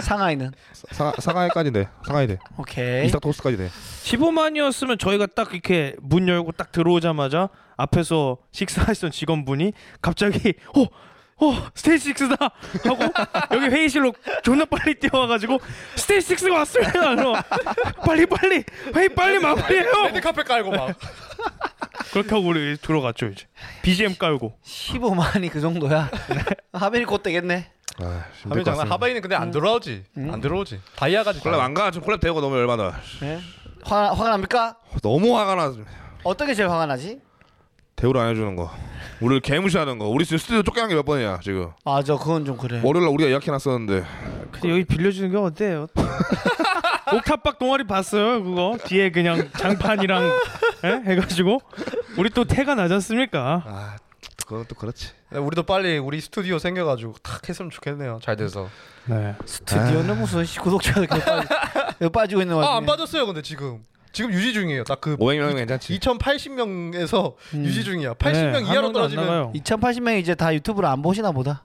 Speaker 1: 상하이는
Speaker 2: 사, 상하이까지 돼. 상하이 돼.
Speaker 1: 오케이
Speaker 2: 이스타 토스까지 돼.
Speaker 5: 15만이었으면 저희가 딱 이렇게 문 열고 딱 들어오자마자 앞에서 식사하시던 직원분이 갑자기 어! 어 스테이지 6다 하고 여기 회의실로 존나 빨리 뛰어와가지고 스테이지 6가 왔습니다 그래서 빨리 빨리 회의 빨리 마무리해요
Speaker 4: 레드카페 깔고 막.
Speaker 5: 그렇게 하고 우리 들어갔죠 이제 BGM 깔고
Speaker 1: 15만이 그 정도야. 하빈이 곧 되겠네.
Speaker 2: 아,
Speaker 4: 하빈 장난. 하바이는 근데 안 들어오지. 안 들어오지. 다이아까지.
Speaker 2: 콜랩 안 가. 지금 콜랩 되고 너무 열받아.
Speaker 1: 네. 화 화가 납니까?
Speaker 2: 너무 화가 나.
Speaker 1: 어떻게 제일 화가 나지?
Speaker 2: 대우를 안 해주는 거. 우리를 개무시하는 거. 우리 지금 스튜디오 쫓겨난 게 몇 번이야 지금.
Speaker 1: 맞아, 그건 좀 그래.
Speaker 2: 월요일 날 우리가 예약해놨었는데.
Speaker 5: 근데 여기 빌려주는 게 어때요? 옥탑박 동아리 봤어요 그거 뒤에 그냥 장판이랑 예? 해가지고 우리 또 태가 나지 않습니까
Speaker 2: 아, 그건 또 그렇지.
Speaker 4: 네, 우리도 빨리 우리 스튜디오 생겨가지고 탁 했으면 좋겠네요. 잘 돼서.
Speaker 5: 네
Speaker 1: 드디어는
Speaker 2: 아.
Speaker 1: 무슨 씨, 구독자가 이렇게 빠지, 이렇게 빠지고 있는
Speaker 4: 아
Speaker 1: 와중에.
Speaker 4: 안 빠졌어요. 근데 지금 지금 유지 중이에요. 딱그
Speaker 2: 500명 괜찮지.
Speaker 4: 2080명에서
Speaker 1: 음.
Speaker 4: 유지 중이야. 80명
Speaker 5: 네, 한 명도
Speaker 4: 이하로
Speaker 5: 안
Speaker 4: 떨어지면
Speaker 5: 나가요.
Speaker 1: 2080명 이제 다 유튜브를 안 보시나 보다.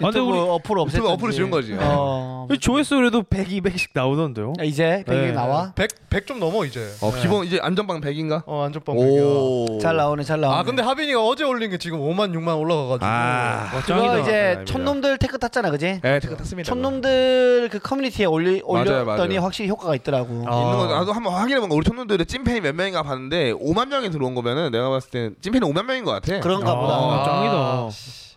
Speaker 5: 아, 근데
Speaker 1: 유튜브
Speaker 5: 우리
Speaker 1: 어플 없앴.
Speaker 2: 유튜브 어플을 지운 거지. 음.
Speaker 1: 어.
Speaker 5: 이 조회수 그래도 100, 200씩 나오던데요.
Speaker 1: 야, 이제 백이
Speaker 5: 네.
Speaker 1: 나와.
Speaker 4: 100, 100 좀 넘어 이제.
Speaker 2: 어 기본 이제 안전방 100인가?
Speaker 4: 어 안전빵 100이야.
Speaker 1: 잘 나오네, 잘 나오네.
Speaker 4: 아 근데 하빈이가 어제 올린 게 지금 5만 6만 올라가가지고.
Speaker 2: 아.
Speaker 5: 와,
Speaker 1: 그거
Speaker 5: 짱이다.
Speaker 1: 이제
Speaker 2: 아닙니다.
Speaker 1: 촌놈들 태그 탔잖아, 그지?
Speaker 2: 예, 태그 탔습니다.
Speaker 1: 촌놈들 그 커뮤니티에 올리
Speaker 2: 맞아요,
Speaker 1: 올렸더니
Speaker 2: 맞아요.
Speaker 1: 확실히 효과가 있더라고.
Speaker 4: 아.
Speaker 2: 있는 거 나도 한번 확인해 본 거. 우리 청년들의 찐팬이 몇 명인가 봤는데 5만 명이 들어온 거면은 내가 봤을 땐 찐팬이 5만 명인 것 같아.
Speaker 1: 그런가 보다.
Speaker 5: 아, 짱이다.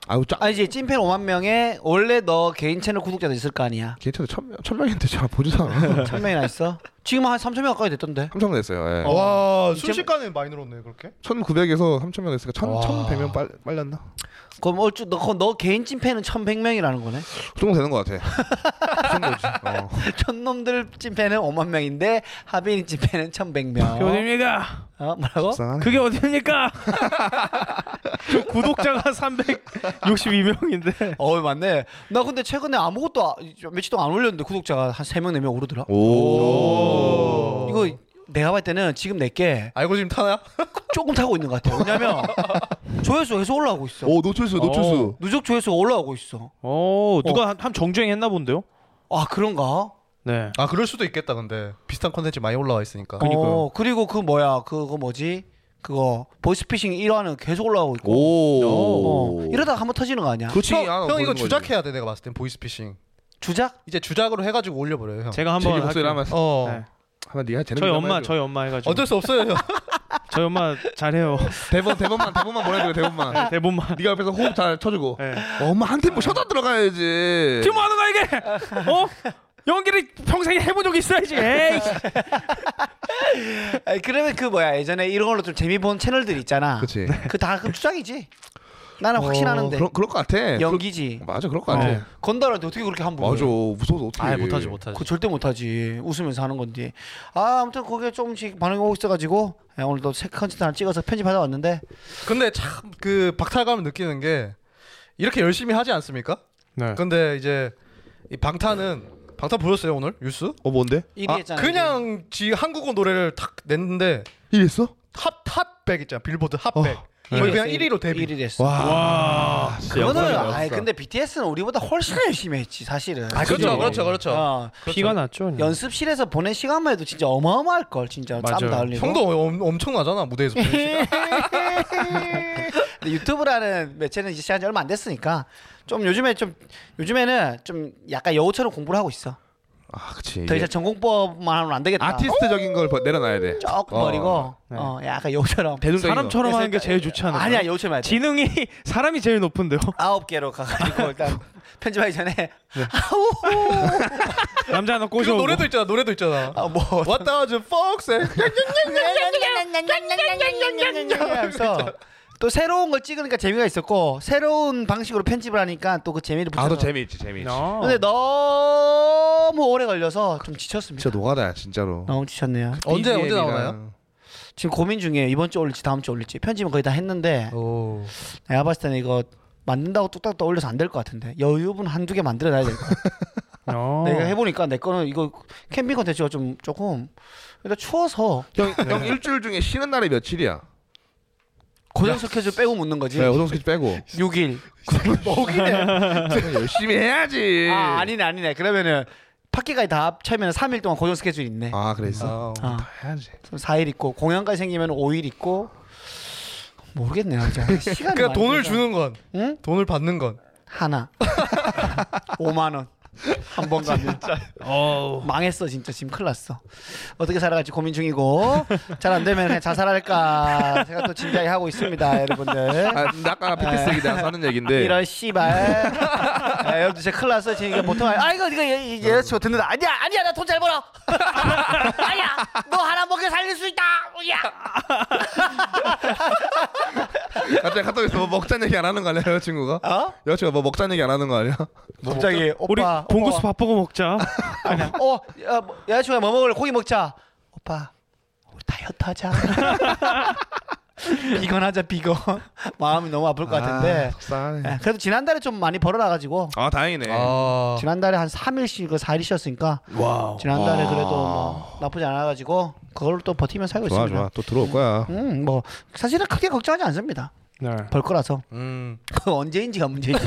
Speaker 2: 아유 짜.
Speaker 1: 아 이제 찐팬 5만 명에 원래 너 개인 채널 구독자도 있을 거 아니야.
Speaker 2: 개인적으로 천명 천 명인데 제가 보지도 않아.
Speaker 1: 천 명이나 있어? 지금 한 3천 명 가까이 됐던데.
Speaker 2: 삼천 됐어요.
Speaker 4: 네.
Speaker 2: 예.
Speaker 4: 와
Speaker 1: 이제-
Speaker 4: 순식간에 많이 늘었네 그렇게.
Speaker 2: 1900에서 3000명 됐으니까 1000,
Speaker 4: 와.
Speaker 2: 1100명 빨, 빨렸나?
Speaker 1: 그럼 얼추 너, 그거 너 개인 찐팬은 1,100명이라는 거네.
Speaker 2: 그 정도 되는 것 같아. 그 정도지. 어.
Speaker 1: 촌놈들 찐팬은 5만 명인데 하빈이 찐팬은 1,100명.
Speaker 5: 그게 어딥니까?
Speaker 1: 어, 뭐라고?
Speaker 2: 불쌍하네.
Speaker 5: 그게 어딥니까? 저 구독자가 362명인데.
Speaker 1: 어 맞네. 나 근데 최근에 아무것도 아- 며칠 동안 안 올렸는데 구독자가 한 3명 4명 오르더라.
Speaker 2: 오.
Speaker 4: 오.
Speaker 1: 이거 내가 봤을 때는 지금 내게
Speaker 4: 알고 지금 타나?
Speaker 1: 조금 타고 있는 것 같아요. 왜냐면 조회수 계속 올라오고 있어.
Speaker 2: 오 노출수 노출수.
Speaker 1: 누적 조회수 올라오고 있어.
Speaker 5: 어 누가 한, 한 정주행했나 본데요.
Speaker 1: 아 그런가?
Speaker 5: 네.
Speaker 4: 아 그럴 수도 있겠다 근데 비슷한 컨텐츠 많이 올라와 있으니까
Speaker 5: 그러니까요.
Speaker 1: 어, 그리고 그 뭐야 그거 뭐지? 그거 보이스피싱 1화는 계속 올라오고 있고.
Speaker 2: 오.
Speaker 1: 어, 이러다가 한번 터지는 거 아니야?
Speaker 2: 그렇지.
Speaker 4: 형,
Speaker 2: 아,
Speaker 4: 형
Speaker 2: 모르는
Speaker 4: 이거
Speaker 2: 거지.
Speaker 4: 주작해야 돼 내가 봤을 땐 보이스피싱
Speaker 1: 주작?
Speaker 4: 이제 주작으로 해가지고 올려버려요 형
Speaker 5: 제가
Speaker 2: 제일
Speaker 5: 한번
Speaker 2: 목소리
Speaker 5: 할게요.
Speaker 2: 한번
Speaker 4: 어
Speaker 5: 네.
Speaker 2: 한번 네가 재능
Speaker 5: 저희
Speaker 2: 좀
Speaker 5: 엄마
Speaker 2: 해줘.
Speaker 5: 저희 엄마 해가지고
Speaker 4: 어쩔 수 없어요 형
Speaker 5: 저희 엄마 잘해요.
Speaker 2: 대본 대본만 대본만 보내드려 대본만.
Speaker 5: 대본만.
Speaker 2: 네가 옆에서 호흡 잘 쳐주고.
Speaker 5: 네.
Speaker 2: 어, 엄마 한 템포 쉬었다 들어가야지.
Speaker 5: 지금 뭐 하는 거야 이게? 어? 연기를 평생에 해본 적이 있어야지. 에이.
Speaker 1: 아니, 그러면 그 뭐야 예전에 이런 걸로 좀 재미 본 채널들 있잖아.
Speaker 2: 그렇지.
Speaker 1: 그다 그 주작이지. 나는
Speaker 4: 어,
Speaker 1: 확신하는데
Speaker 2: 어, 그런 그럴 것
Speaker 4: 네,
Speaker 2: 같아.
Speaker 1: 연기지.
Speaker 2: 그럴- 맞아 그럴 것
Speaker 1: 어.
Speaker 2: 같아.
Speaker 1: 건달한테 어떻게 그렇게 한 번?
Speaker 2: 맞아 무서워서 어떻게.
Speaker 3: 아 못하지 못하지.
Speaker 1: 그 절대 못하지 웃으면서 하는 건데 아 아무튼 그게 조금씩 반응이 오고 있어가지고 예, 오늘도 새 컨텐츠 하나 찍어서 편집하다 왔는데
Speaker 4: 근데 참 그 박탈감을 느끼는 게 이렇게 열심히 하지 않습니까?
Speaker 5: 네.
Speaker 4: 근데 이제 이 방탄은 방탄 보셨어요 오늘 뉴스?
Speaker 2: 어 뭔데?
Speaker 1: 1위
Speaker 4: 아,
Speaker 1: 했잖아
Speaker 4: 그냥 지 한국어 노래를 탁 냈는데
Speaker 2: 이랬어?
Speaker 4: 핫 핫백 있잖아 빌보드 핫백 거의 그냥 1위로 데뷔.
Speaker 1: 1위 됐어
Speaker 5: 와.
Speaker 1: 그거는 아니 근데 BTS는 우리보다 훨씬 열심히 했지 사실은
Speaker 4: 아 그렇죠 그렇죠 그렇죠.
Speaker 1: 어,
Speaker 5: 피가 났죠. 그냥.
Speaker 1: 연습실에서 보낸 시간만 해도 진짜 어마어마할 걸 진짜
Speaker 5: 맞아요.
Speaker 1: 땀다 흘리고
Speaker 4: 형도 엄, 엄청나잖아 무대에서. 그
Speaker 1: 근데 유튜브라는 매체는 이제 시작한 지 얼마 안 됐으니까 좀 요즘에 좀 요즘에는 좀 약간 여우처럼 공부를 하고 있어
Speaker 2: 아 그치.
Speaker 1: 더
Speaker 2: 이게
Speaker 1: 이상 전공법만 하면 안 되겠다
Speaker 2: 아티스트적인 걸 버- 내려놔야 돼.
Speaker 1: 쭉 버리고 어, 약간 여우처럼
Speaker 2: 대중적인 거.
Speaker 5: 사람처럼 하는 게 제일 좋지 않아요?
Speaker 1: 아니야 여우처럼 해야 돼
Speaker 5: 지능이 사람이 제일 높은데요.
Speaker 1: 아홉 개로 가가지고 일단 편집하기 전에 아우
Speaker 5: 남자 하나
Speaker 4: 그
Speaker 5: 꼬셔.
Speaker 4: 노래도 있잖아 노래도 있잖아.
Speaker 1: 아뭐
Speaker 4: What does fox say?
Speaker 1: 하면서 또 새로운 걸 찍으니까 재미가 있었고 새로운 방식으로 편집을 하니까 또 그 재미를 붙여서
Speaker 2: 아더 재미있지 재미있지.
Speaker 5: 어.
Speaker 1: 근데 너무 오래 걸려서 좀 지쳤습니다
Speaker 2: 진짜 노가다야 진짜로.
Speaker 1: 너무 지쳤네요
Speaker 4: 언제 언제
Speaker 2: BGM 이랑
Speaker 4: 나오나요?
Speaker 1: 지금 고민 중이에요 이번 주 올릴지 다음 주 올릴지 편집은 거의 다 했는데
Speaker 4: 오.
Speaker 1: 내가 봤을 때는 이거 만든다고 뚝딱 떠 올려서 안 될 것 같은데 여유분 한두 개 만들어놔야 될 것 같아
Speaker 5: 어.
Speaker 1: 내가 해보니까 내 거는 이거 캠핑 컨텐츠가 좀 조금 일단 추워서
Speaker 2: 형, 형 일주일 중에 쉬는 날이 며칠이야?
Speaker 1: 고정 스케줄 빼고 묻는 거지.
Speaker 2: 네, 오동 스케치 빼고.
Speaker 1: 6일.
Speaker 2: 그냥 열심히 해야지.
Speaker 1: 아 아니네 아니네. 그러면은 파키까지 다 합치면 3일 동안 고정 스케줄 있네.
Speaker 2: 아 그래 있어.
Speaker 4: 아,
Speaker 1: 아.
Speaker 2: 해야지.
Speaker 1: 그럼 4일 있고 공연까지 생기면 5일 있고 모르겠네요. 진짜. 시간이
Speaker 4: 그러니까
Speaker 1: 많이
Speaker 4: 돈을
Speaker 1: 들어서.
Speaker 4: 주는 건,
Speaker 1: 응?
Speaker 4: 돈을 받는 건.
Speaker 1: 하나. 5만 원. 한 번 가면
Speaker 5: 어우.
Speaker 1: 망했어 진짜 지금 큰일 났어 어떻게 살아갈지 고민 중이고 잘 안 되면 그냥 자살할까 생각도 진지하게 하고 있습니다 여러분들
Speaker 2: 아, 근데 아까 피켓스 얘기 나서 하는 얘긴데.
Speaker 1: 이런 씨발 아, 여러분들 진짜 큰일 났어 지금 이게 보통 아니- 아 이거 이거 얘- 얘- 여자친구 듣는다 아니야 아니야 나 돈 잘 벌어 아니야 너 하나 먹여 살릴 수 있다 야
Speaker 2: 갑자기 카톡에서 뭐 먹자는 얘기 안 하는 거 아니야 여자친구가?
Speaker 1: 어?
Speaker 2: 여자친구가 뭐 먹자는 얘기 안 하는 거 아니야?
Speaker 1: 뭐 갑자기
Speaker 5: 우리
Speaker 1: 오빠
Speaker 5: 봉구수
Speaker 1: 오빠,
Speaker 5: 밥 먹어 먹자.
Speaker 1: 어 야, 뭐, 여자친구가 뭐 먹을래 고기 먹자 오빠 우리 다이어트 하자 비건 하자 비건 마음이 너무 아플 것
Speaker 2: 아,
Speaker 1: 같은데
Speaker 2: 속상하네.
Speaker 1: 예, 그래도 지난달에 좀 많이 벌어놔가지고
Speaker 2: 아 다행이네.
Speaker 4: 아.
Speaker 1: 지난달에 한 3일씩 그 4일 쉬었으니까
Speaker 5: 와우.
Speaker 1: 지난달에 그래도 뭐 나쁘지 않아가지고 그걸 또 버티면서 살고
Speaker 2: 좋아
Speaker 1: 있습니다
Speaker 2: 좋아 또 들어올 거야.
Speaker 1: 음, 뭐 사실은 크게 걱정하지 않습니다.
Speaker 5: 네.
Speaker 1: 벌 거라서
Speaker 4: 음.
Speaker 1: 그 언제인지가 문제지.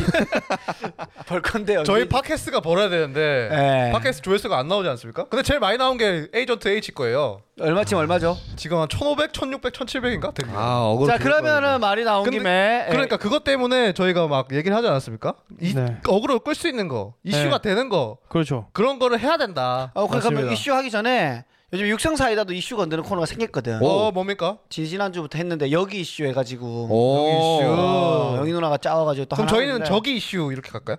Speaker 1: 벌 건데
Speaker 4: 저희
Speaker 1: 언제인지.
Speaker 4: 팟캐스트가 벌어야 되는데
Speaker 1: 그 예.
Speaker 4: 네. 팟캐스트 조회수가 안 나오지 않습니까? 근데 제일 많이 나온 게 에이전트 H 거예요.
Speaker 1: 얼마쯤 얼마죠?
Speaker 4: 지금 한 1,500, 1,600, 1,700인가 되게.
Speaker 2: 아 억울.
Speaker 1: 자 그러면은 말이 나온
Speaker 4: 근데-
Speaker 1: 김에 예.
Speaker 4: 그러니까 그것 때문에 저희가 막 얘기를 하지 않았습니까? 이
Speaker 5: 네.
Speaker 4: 어그로 끌 수 있는 거, 이슈가 되는 거
Speaker 5: 그렇죠.
Speaker 4: 그런 거를 해야 된다.
Speaker 1: 네. 어 그러니까
Speaker 5: 맞습니다.
Speaker 1: 이슈 하기 전에 요즘 육성 사이다도 이슈 건드는 코너가 생겼거든.
Speaker 4: 어 뭡니까?
Speaker 1: 지난 주부터 했는데 여기 이슈 해가지고
Speaker 2: 오.
Speaker 4: 이슈.
Speaker 1: 어, 영희 누나가 짜와가지고 또
Speaker 4: 그럼
Speaker 1: 하나
Speaker 4: 저희는
Speaker 1: 했는데
Speaker 4: 저기 이슈 이렇게 갈까요?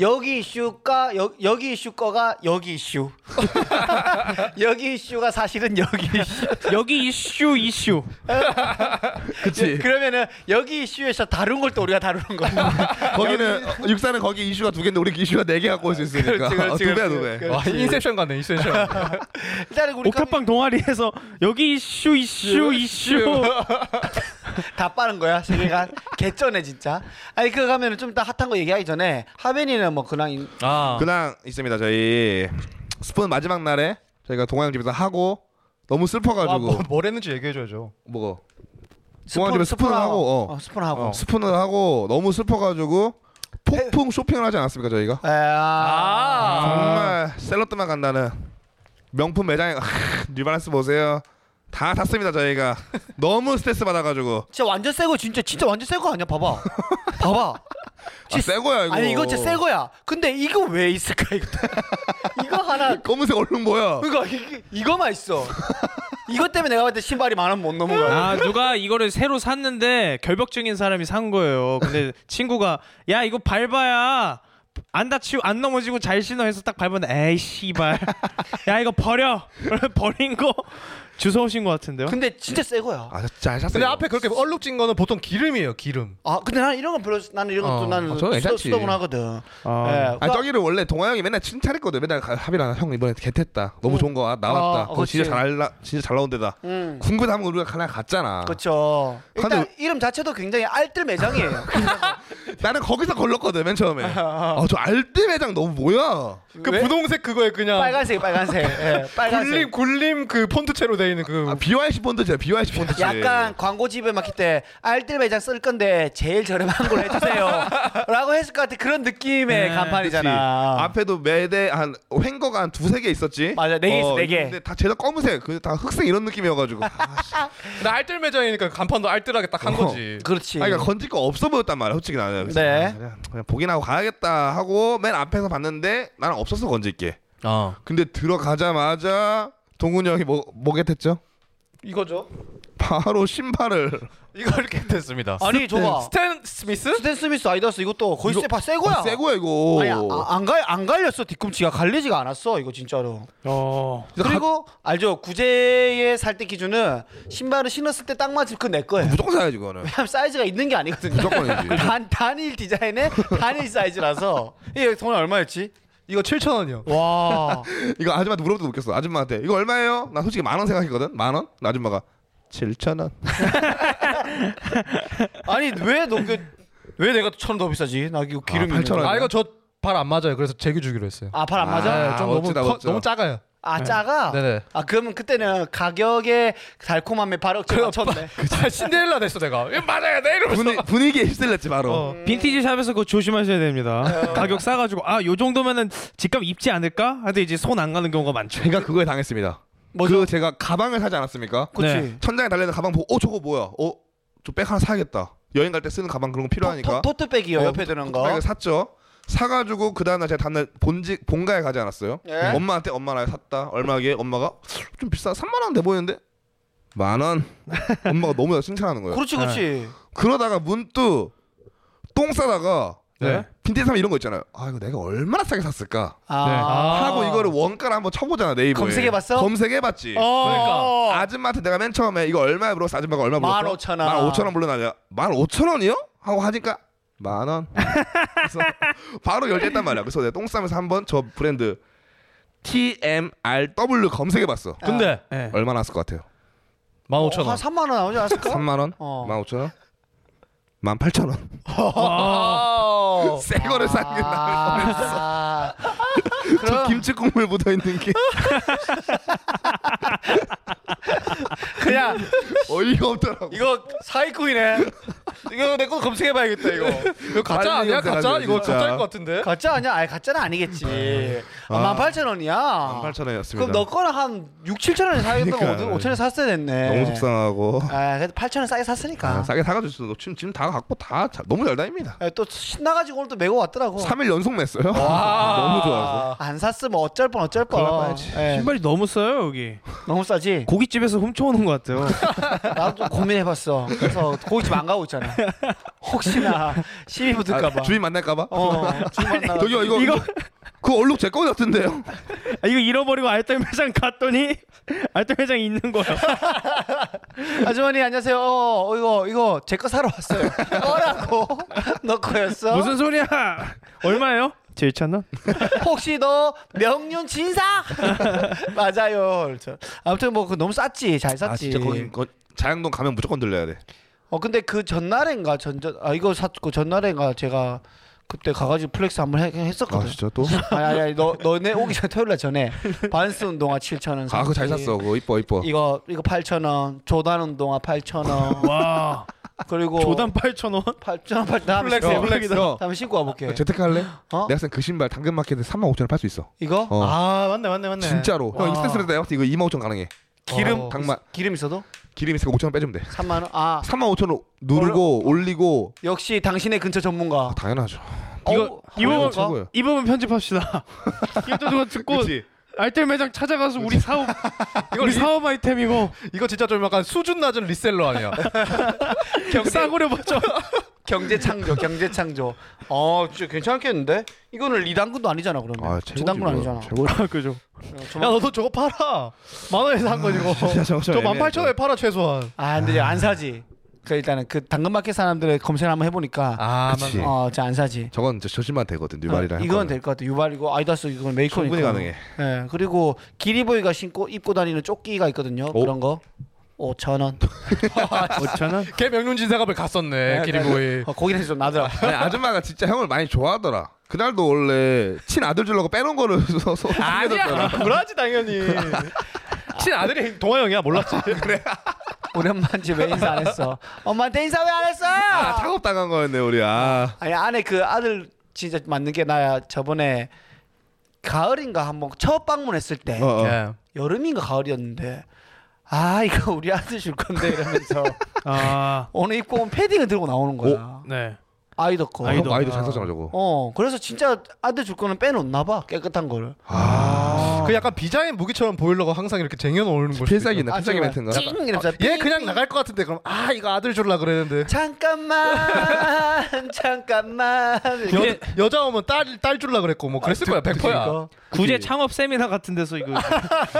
Speaker 1: 여기 이슈가 여, 여기 이슈 거가 여기 이슈 여기 이슈가 사실은 여기 이슈
Speaker 5: 여기 이슈 이슈.
Speaker 2: 그치.
Speaker 1: 그러면은 여기 이슈에서 다른 걸 또 우리가 다루는
Speaker 2: 아,
Speaker 1: 거야.
Speaker 2: 거기는 어, 육사는 거기 이슈가 두 개인데 우리 이슈가 네 개 갖고 올 수 있으니까. 어,
Speaker 1: 그렇지, 그렇지,
Speaker 2: 두 배야
Speaker 1: 그렇지.
Speaker 2: 두 배.
Speaker 1: 그렇지.
Speaker 4: 와 아, 인셉션 가네 인셉션.
Speaker 1: 아. 일단은 우리
Speaker 5: 옥탑방 동아리에서 여기 이슈 이슈 이슈.
Speaker 1: 다 빠른 거야 세계가 개쩌네 진짜. 아니 그거 가면은 좀 이따 핫한 거 얘기하기 전에 하빈이는 뭐 그냥 인-
Speaker 4: 아
Speaker 2: 그냥 있습니다 저희 스푼 마지막 날에 저희가 동양 집에서 하고 너무
Speaker 4: 아,
Speaker 2: 슬퍼가지고
Speaker 4: 뭐, 뭘 했는지 얘기해줘야죠.
Speaker 2: 뭐고 공항집에 스푼을 하고, 어.
Speaker 1: 어, 스푼 하고.
Speaker 2: 어, 스푼을 하고 너무 슬퍼가지고 폭풍 쇼핑을 하지 않았습니까 저희가?
Speaker 1: 에, 아.
Speaker 2: 정말 셀럽들만 간다는 명품 매장에 가- 뉴발란스 보세요. 다 샀습니다 저희가. 너무 스트레스 받아가지고.
Speaker 1: 진짜 완전 새거 진짜 진짜 완전 새거 아니야? 봐봐. 봐봐.
Speaker 2: 아, 새 거야 이거.
Speaker 1: 아니 이거 진짜 새 거야. 근데 이거 왜 있을까 이거? 이거 하나.
Speaker 2: 검은색 얼른 뭐야?
Speaker 1: 그러니까 이, 이거만 있어. 이것 때문에 내가 봤을 때 신발이 만 원 못 넘은 거야.
Speaker 6: 아 누가 이거를 새로 샀는데 결벽증인 사람이 산 거예요. 근데 친구가 야 이거 밟아야 안 다치고 안 넘어지고 잘 신어 해서 딱 밟았는데 에이 씨발 야 이거 버려 버린 거 주워 오신 것 같은데요?
Speaker 1: 근데 진짜 새 거야.
Speaker 2: 아잘 샀어요.
Speaker 4: 근데
Speaker 2: 이거.
Speaker 4: 앞에 그렇게 얼룩진 거는 보통 기름이에요 기름
Speaker 1: 아 근데 난 이런 건 별로 나는 이런 것도
Speaker 2: 어,
Speaker 1: 나는
Speaker 2: 어, 저거
Speaker 1: 수도-
Speaker 2: 괜찮지.
Speaker 1: 수도분하거든.
Speaker 6: 아,
Speaker 1: 예.
Speaker 2: 아니 저기를 원래 동아 형이 맨날 칭찬했거든. 맨날 가- 하빈아 형 이번에 개tes다. 너무 좋은 거 나왔다.
Speaker 1: 어,
Speaker 2: 그거 진짜
Speaker 1: 그치.
Speaker 2: 잘 알라, 진짜 잘 나온 데다.
Speaker 1: 음.
Speaker 2: 궁금하면 우리가 그날 갔잖아.
Speaker 1: 그렇죠. 일단
Speaker 2: 근데-
Speaker 1: 이름 자체도 굉장히 알뜰 매장이에요.
Speaker 2: 나는 거기서 걸렀거든 맨 처음에. 아저 알뜰 매장 너무 뭐야? 아,
Speaker 4: 그
Speaker 1: 왜?
Speaker 4: 분홍색 그거에 그냥
Speaker 1: 빨간색, 빨간색, 예,
Speaker 4: 굴림
Speaker 1: 빨간색.
Speaker 4: 굴림 그 폰트체로 돼 있는 그
Speaker 2: 아, BYC 폰트지 BYC 폰트지.
Speaker 1: 약간 광고집에 막힐 때 알뜰 매장 쓸 건데 제일 저렴한 걸로 해주세요라고 했을 것 같은 그런 느낌의
Speaker 6: 네,
Speaker 2: 그치.
Speaker 1: 간판이잖아.
Speaker 2: 앞에도 매대 한 횡거가 한 두세 개 있었지.
Speaker 1: 맞아, 네개 있어, 네 개.
Speaker 2: 근데 다 죄다 검은색, 그 다 흑색 이런 느낌이어가지고. 아, 씨.
Speaker 4: 나 알뜰 매장이니까 그 간판도 알뜰하게 딱 한
Speaker 2: 어.
Speaker 4: 거지
Speaker 1: 그렇지.
Speaker 2: 아, 그러니까 건질 거 없어 보였단 말이야, 솔직히 나는. 그래서
Speaker 1: 네.
Speaker 2: 아, 그냥, 그냥 보긴 하고 가야겠다 하고 맨 앞에서 봤는데 나는 없었어 건질 게.
Speaker 4: 어.
Speaker 2: 근데 들어가자마자 동훈이 형이 뭐 뭐게 됐죠?
Speaker 4: 이거죠
Speaker 2: 바로 신발을
Speaker 4: 이걸 이렇게 됐습니다
Speaker 1: 아니 줘봐.
Speaker 4: 스탠 스미스
Speaker 1: 스탠 스미스 아이더스 이것도 거의
Speaker 2: 이거-
Speaker 1: 세파 새 거야.
Speaker 2: 아, 새 거야 이거.
Speaker 1: 아니 아, 안갈안 갈렸어 뒤꿈치가 갈리지가 않았어 이거 진짜로.
Speaker 5: 어.
Speaker 1: 그리고 알죠 구제의 살 때 기준은 신발을 신었을 때 딱 맞을 그내 거예요.
Speaker 2: 아, 무조건 사야지 그거는.
Speaker 1: 왜냐면 사이즈가 있는 게 아니거든요.
Speaker 2: 무조건이지.
Speaker 1: 단 단일 디자인에 단일 사이즈라서 이게 돈 얼마였지?
Speaker 4: 이거 7천 원이요
Speaker 1: 와
Speaker 2: 이거 아줌마한테 물어보도 웃겼어. 아줌마한테 이거 얼마예요? 나 솔직히 만 원 생각했거든. 만 원? 근데 아줌마가 7천 원.
Speaker 1: 아니 왜너왜 내가 천 원 더 비싸지? 나 이거 기름이
Speaker 2: 아, 8,000 원.
Speaker 4: 아 이거 저 발 안 맞아요 그래서 재규 주기로 했어요
Speaker 1: 아발 안 맞아?
Speaker 4: 아, 좀 너무
Speaker 2: 멋지다,
Speaker 4: 커-
Speaker 2: 멋져.
Speaker 4: 너무 작아요
Speaker 1: 아 작아?
Speaker 4: 네네
Speaker 1: 아 그러면 그때는 가격의 달콤함에 발 억지로 맞췄네.
Speaker 4: 그 신데렐라 됐어 내가 이거 맞아요 내 이름
Speaker 2: 분위, 분위기에 휩쓸렸지 바로.
Speaker 1: 어.
Speaker 6: 어, 빈티지 샵에서 그거 조심하셔야 됩니다. 가격 싸가지고 아 요 정도면은 직감 입지 않을까? 하여튼 이제 손 안 가는 경우가 많죠.
Speaker 2: 제가 그거에 당했습니다.
Speaker 1: 뭐죠?
Speaker 2: 그 제가 가방을 사지 않았습니까?
Speaker 1: 그치.
Speaker 6: 네.
Speaker 2: 천장에 달려있는 가방 보고 어 저거 뭐야? 어저백 하나 사야겠다. 여행 갈 때 쓰는 가방 그런 거 필요하니까.
Speaker 1: 토, 트백이요
Speaker 2: 어,
Speaker 1: 옆에 드는 거.
Speaker 2: 백을 샀죠. 사가지고 그 다음날 제가 다음날 본직 본가에 가지 않았어요.
Speaker 1: 예.
Speaker 2: 엄마한테 엄마 나 샀다. 얼마게? 엄마가 좀 비싸. 3만 원 돼 보이는데 만 원. 엄마가 너무 칭찬하는 거예요.
Speaker 1: 그렇지 그렇지.
Speaker 2: 그러다가 문득 똥 싸다가
Speaker 4: 네.
Speaker 2: 빈티지 사면 이런 거 있잖아요. 아 이거 내가 얼마나 싸게 샀을까?
Speaker 1: 아,
Speaker 2: 하고 이거를 원가를 한번 쳐보잖아 네이버에.
Speaker 1: 검색해봤어?
Speaker 2: 검색해봤지.
Speaker 1: 그러니까
Speaker 2: 아줌마한테 내가 맨 처음에 이거 얼마에 물어서 아줌마가 얼마 물었어?
Speaker 1: 15,000원.
Speaker 2: 15,000원 불러나냐? 15,000원이요? 하고 하니까 만 원. 그래서 바로 결제했단 말이야. 그래서 내가 똥 싸면서 한번 저 브랜드 TMRW 검색해봤어.
Speaker 4: 근데
Speaker 6: 예.
Speaker 2: 얼마 나왔을 것 같아요?
Speaker 4: 15,000원
Speaker 1: 한 3만 원 나오지 않았을까?
Speaker 2: 3만 원?
Speaker 1: 어.
Speaker 2: 15,000원? 18,000원.
Speaker 4: 아.
Speaker 1: 어.
Speaker 2: 새 거를 싼 게 나을
Speaker 1: 아,
Speaker 2: 저 김치 국물 묻어 있는 게
Speaker 1: 그냥
Speaker 2: 어이가 없더라고.
Speaker 1: 이거 사기꾼이네.
Speaker 4: 이거 내 거 검색해봐야겠다 이거 이거 가짜
Speaker 2: 빨리
Speaker 4: 아니야 가짜?
Speaker 2: 검색하세요,
Speaker 4: 이거
Speaker 2: 진짜.
Speaker 4: 가짜일 것 같은데
Speaker 1: 가짜 아니야? 아니 가짜는 아니겠지. 아,
Speaker 2: 아.
Speaker 1: 18,000원이야.
Speaker 2: 18,000원이었습니다.
Speaker 1: 그럼 너 거는 한 6, 7,000원에 사겠던 거
Speaker 2: 그러니까요.
Speaker 1: 5,000원에 샀어야 됐네.
Speaker 2: 너무 속상하고.
Speaker 1: 아, 그래도 8,000원 싸게 샀으니까.
Speaker 2: 아, 싸게 사가지고 있어. 지금 지금 다 갖고 다 자- 너무 잘 다닙니다.
Speaker 1: 아, 또 신나가지고 오늘 또 메고 왔더라고.
Speaker 2: 3일 연속 냈어요. 너무 좋아서.
Speaker 1: 안 샀으면 어쩔 뻔 어쩔 뻔.
Speaker 2: 큰일 날뻔했지.
Speaker 1: 예,
Speaker 6: 신발이 너무 싸요 여기.
Speaker 1: 너무 싸지.
Speaker 6: 고깃집에서 훔쳐오는 것 같아요.
Speaker 1: 나도 좀 고민해봤어. 그래서 고깃집 안 가고 있잖아. 혹시나 시비 붙을까봐.
Speaker 2: 아, 주인 만날까봐.
Speaker 1: 어, 주인 만나.
Speaker 2: 저기요 이거 이거 그 얼룩 제 거 같은데요.
Speaker 5: 아, 이거 잃어버리고 알뜰 매장 갔더니 알뜰 매장 있는 거야.
Speaker 1: 아주머니 안녕하세요. 어, 어, 이거 이거 제 거 사러 왔어요. 어라고 너 거였어?
Speaker 5: 무슨 소리야? 얼마예요? 7천 원?
Speaker 1: 혹시 너 명륜 진사? 맞아요. 그렇죠. 아무튼 뭐그 너무 쌌지 잘 쌌지.
Speaker 2: 아 진짜 거기 거, 자양동 가면 무조건 들려야 돼.
Speaker 1: 어 근데 그 전날인가 전전 아 이거 샀고 전날인가 그 제가 그때 가가지고 플렉스 한번 해- 했었거든.
Speaker 2: 아 진짜 또?
Speaker 1: 아니 아니, 아니 너 너네 오기 전에 토요일 날 전에 반스 운동화 7천 원.
Speaker 2: 아 그거 잘 샀어 그거 이뻐 이뻐
Speaker 1: 이거 이거 8천 원. 조단 운동화 8천 원.
Speaker 5: 와
Speaker 4: 어.
Speaker 1: 그리고
Speaker 6: 조단 8,000원?
Speaker 1: 8천 원 8천 원.
Speaker 6: 플렉스,
Speaker 1: 다음에 신고-
Speaker 6: 플렉스.
Speaker 2: 야,
Speaker 1: 다음에 신고 와볼게.
Speaker 2: 어, 재테크할래?
Speaker 1: 예. 어?
Speaker 2: 내가 쓴 그 신발 당근마켓에 3만 5천에 팔 수 있어
Speaker 1: 이거
Speaker 2: 어
Speaker 4: 아 맞네 맞네 맞네.
Speaker 2: 진짜로
Speaker 4: 와.
Speaker 2: 형 인스턴스로 내가 봤을 때 이거 2만 5천 가능해
Speaker 4: 기름
Speaker 2: 당마
Speaker 1: 어. 기름 있어도
Speaker 2: 기름 있으니까 5천 원 빼주면 돼
Speaker 1: 3만 원. 아
Speaker 2: 3만 5천 원 누르고 올리고
Speaker 1: 역시 당신의 근처 전문가.
Speaker 2: 아, 당연하죠 어,
Speaker 1: 이거 뭐?
Speaker 5: 이거
Speaker 2: 최고예요
Speaker 5: 이 부분 편집합시다. 이것도 누가 듣고
Speaker 2: 그치?
Speaker 5: 알뜰 매장 찾아가서 우리 사업 우리 사업 아이템이고
Speaker 4: 이거 진짜 좀 약간 수준 낮은 리셀러 아니야?
Speaker 5: 싸구려 버전.
Speaker 1: 경제 창조 경제 창조. 어 진짜 괜찮겠는데? 이거는 리당근도 아니잖아 그러면.
Speaker 2: 아
Speaker 1: 저당근
Speaker 2: 최고지
Speaker 1: 아니잖아.
Speaker 2: 이거. 최고
Speaker 5: 아 그죠.
Speaker 1: 어,
Speaker 4: 야
Speaker 1: 저만-
Speaker 4: 너도 저거 팔아. 만 원에 산 거 이거.
Speaker 2: 저거
Speaker 4: 어, 저 18,000원에 팔아 최소한.
Speaker 1: 아 근데 이제 안 사지. 그 일단은 그 당근마켓 사람들의 검색을 한번 해보니까
Speaker 4: 아
Speaker 2: 그치.
Speaker 4: 맞네.
Speaker 1: 어, 저안 사지.
Speaker 2: 저건 진짜 저신만 예.
Speaker 1: 어,
Speaker 2: 되거든 아, 뉴발이랑
Speaker 1: 이건 될 것 같아. 유발이고 아이다스 이건 메이커니까.
Speaker 2: 충분히 가능해
Speaker 1: 예. 그리고 기리보이가 신고 입고 다니는 조끼가 있거든요.
Speaker 2: 오.
Speaker 1: 그런 거. 5천 원.
Speaker 5: 5천 원.
Speaker 4: 걔 명륜진 사갑을 갔었네
Speaker 1: 네,
Speaker 4: 기리보이.
Speaker 1: 어, 거기는 좀 나더라.
Speaker 2: 아니, 아줌마가 진짜 형을 많이 좋아하더라 그날도 원래 친아들 주려고 빼놓은 거를 써서 아니야
Speaker 4: 그러지 당연히. 친 아들이 어. 동아 형이야 몰랐지.
Speaker 1: 우리 엄마한테 왜 인사 안 했어? 엄마한테 인사 왜 안 했어?
Speaker 2: 아, 작업 당한 거였네 우리 아
Speaker 1: 아니 안에 그 아들 진짜 맞는 게 나야 저번에 가을인가 한번 첫 방문했을 때
Speaker 2: 어, 어.
Speaker 4: 예.
Speaker 1: 여름인가 가을이었는데 아 이거 우리 아들 줄 건데 이러면서
Speaker 5: 아
Speaker 1: 오늘 입고 온 패딩을 들고 나오는 거야
Speaker 5: 네.
Speaker 1: 아이더 거.
Speaker 2: 아, 형 아이도 잘 썼잖아 저거
Speaker 1: 어 그래서 진짜 아들 줄 거는 빼놓나 봐 깨끗한 거를.
Speaker 4: 그 약간 비자인 무기처럼 보이려고 항상 이렇게 쟁여놓는 거.
Speaker 2: 필살기네
Speaker 1: 아,
Speaker 2: 필살기
Speaker 1: 정말.
Speaker 2: 멘트인가
Speaker 1: 찡 이러면서 삥.
Speaker 4: 얘 그냥 나갈 것 같은데 그럼 아 이거 아들 줄라 그랬는데
Speaker 1: 잠깐만 잠깐만.
Speaker 4: 여, 여자 오면 딸 딸 줄라 그랬고 뭐 그랬을 예. 거야 백퍼야
Speaker 1: 그러니까.
Speaker 6: 구제 창업 세미나 같은 데서 이거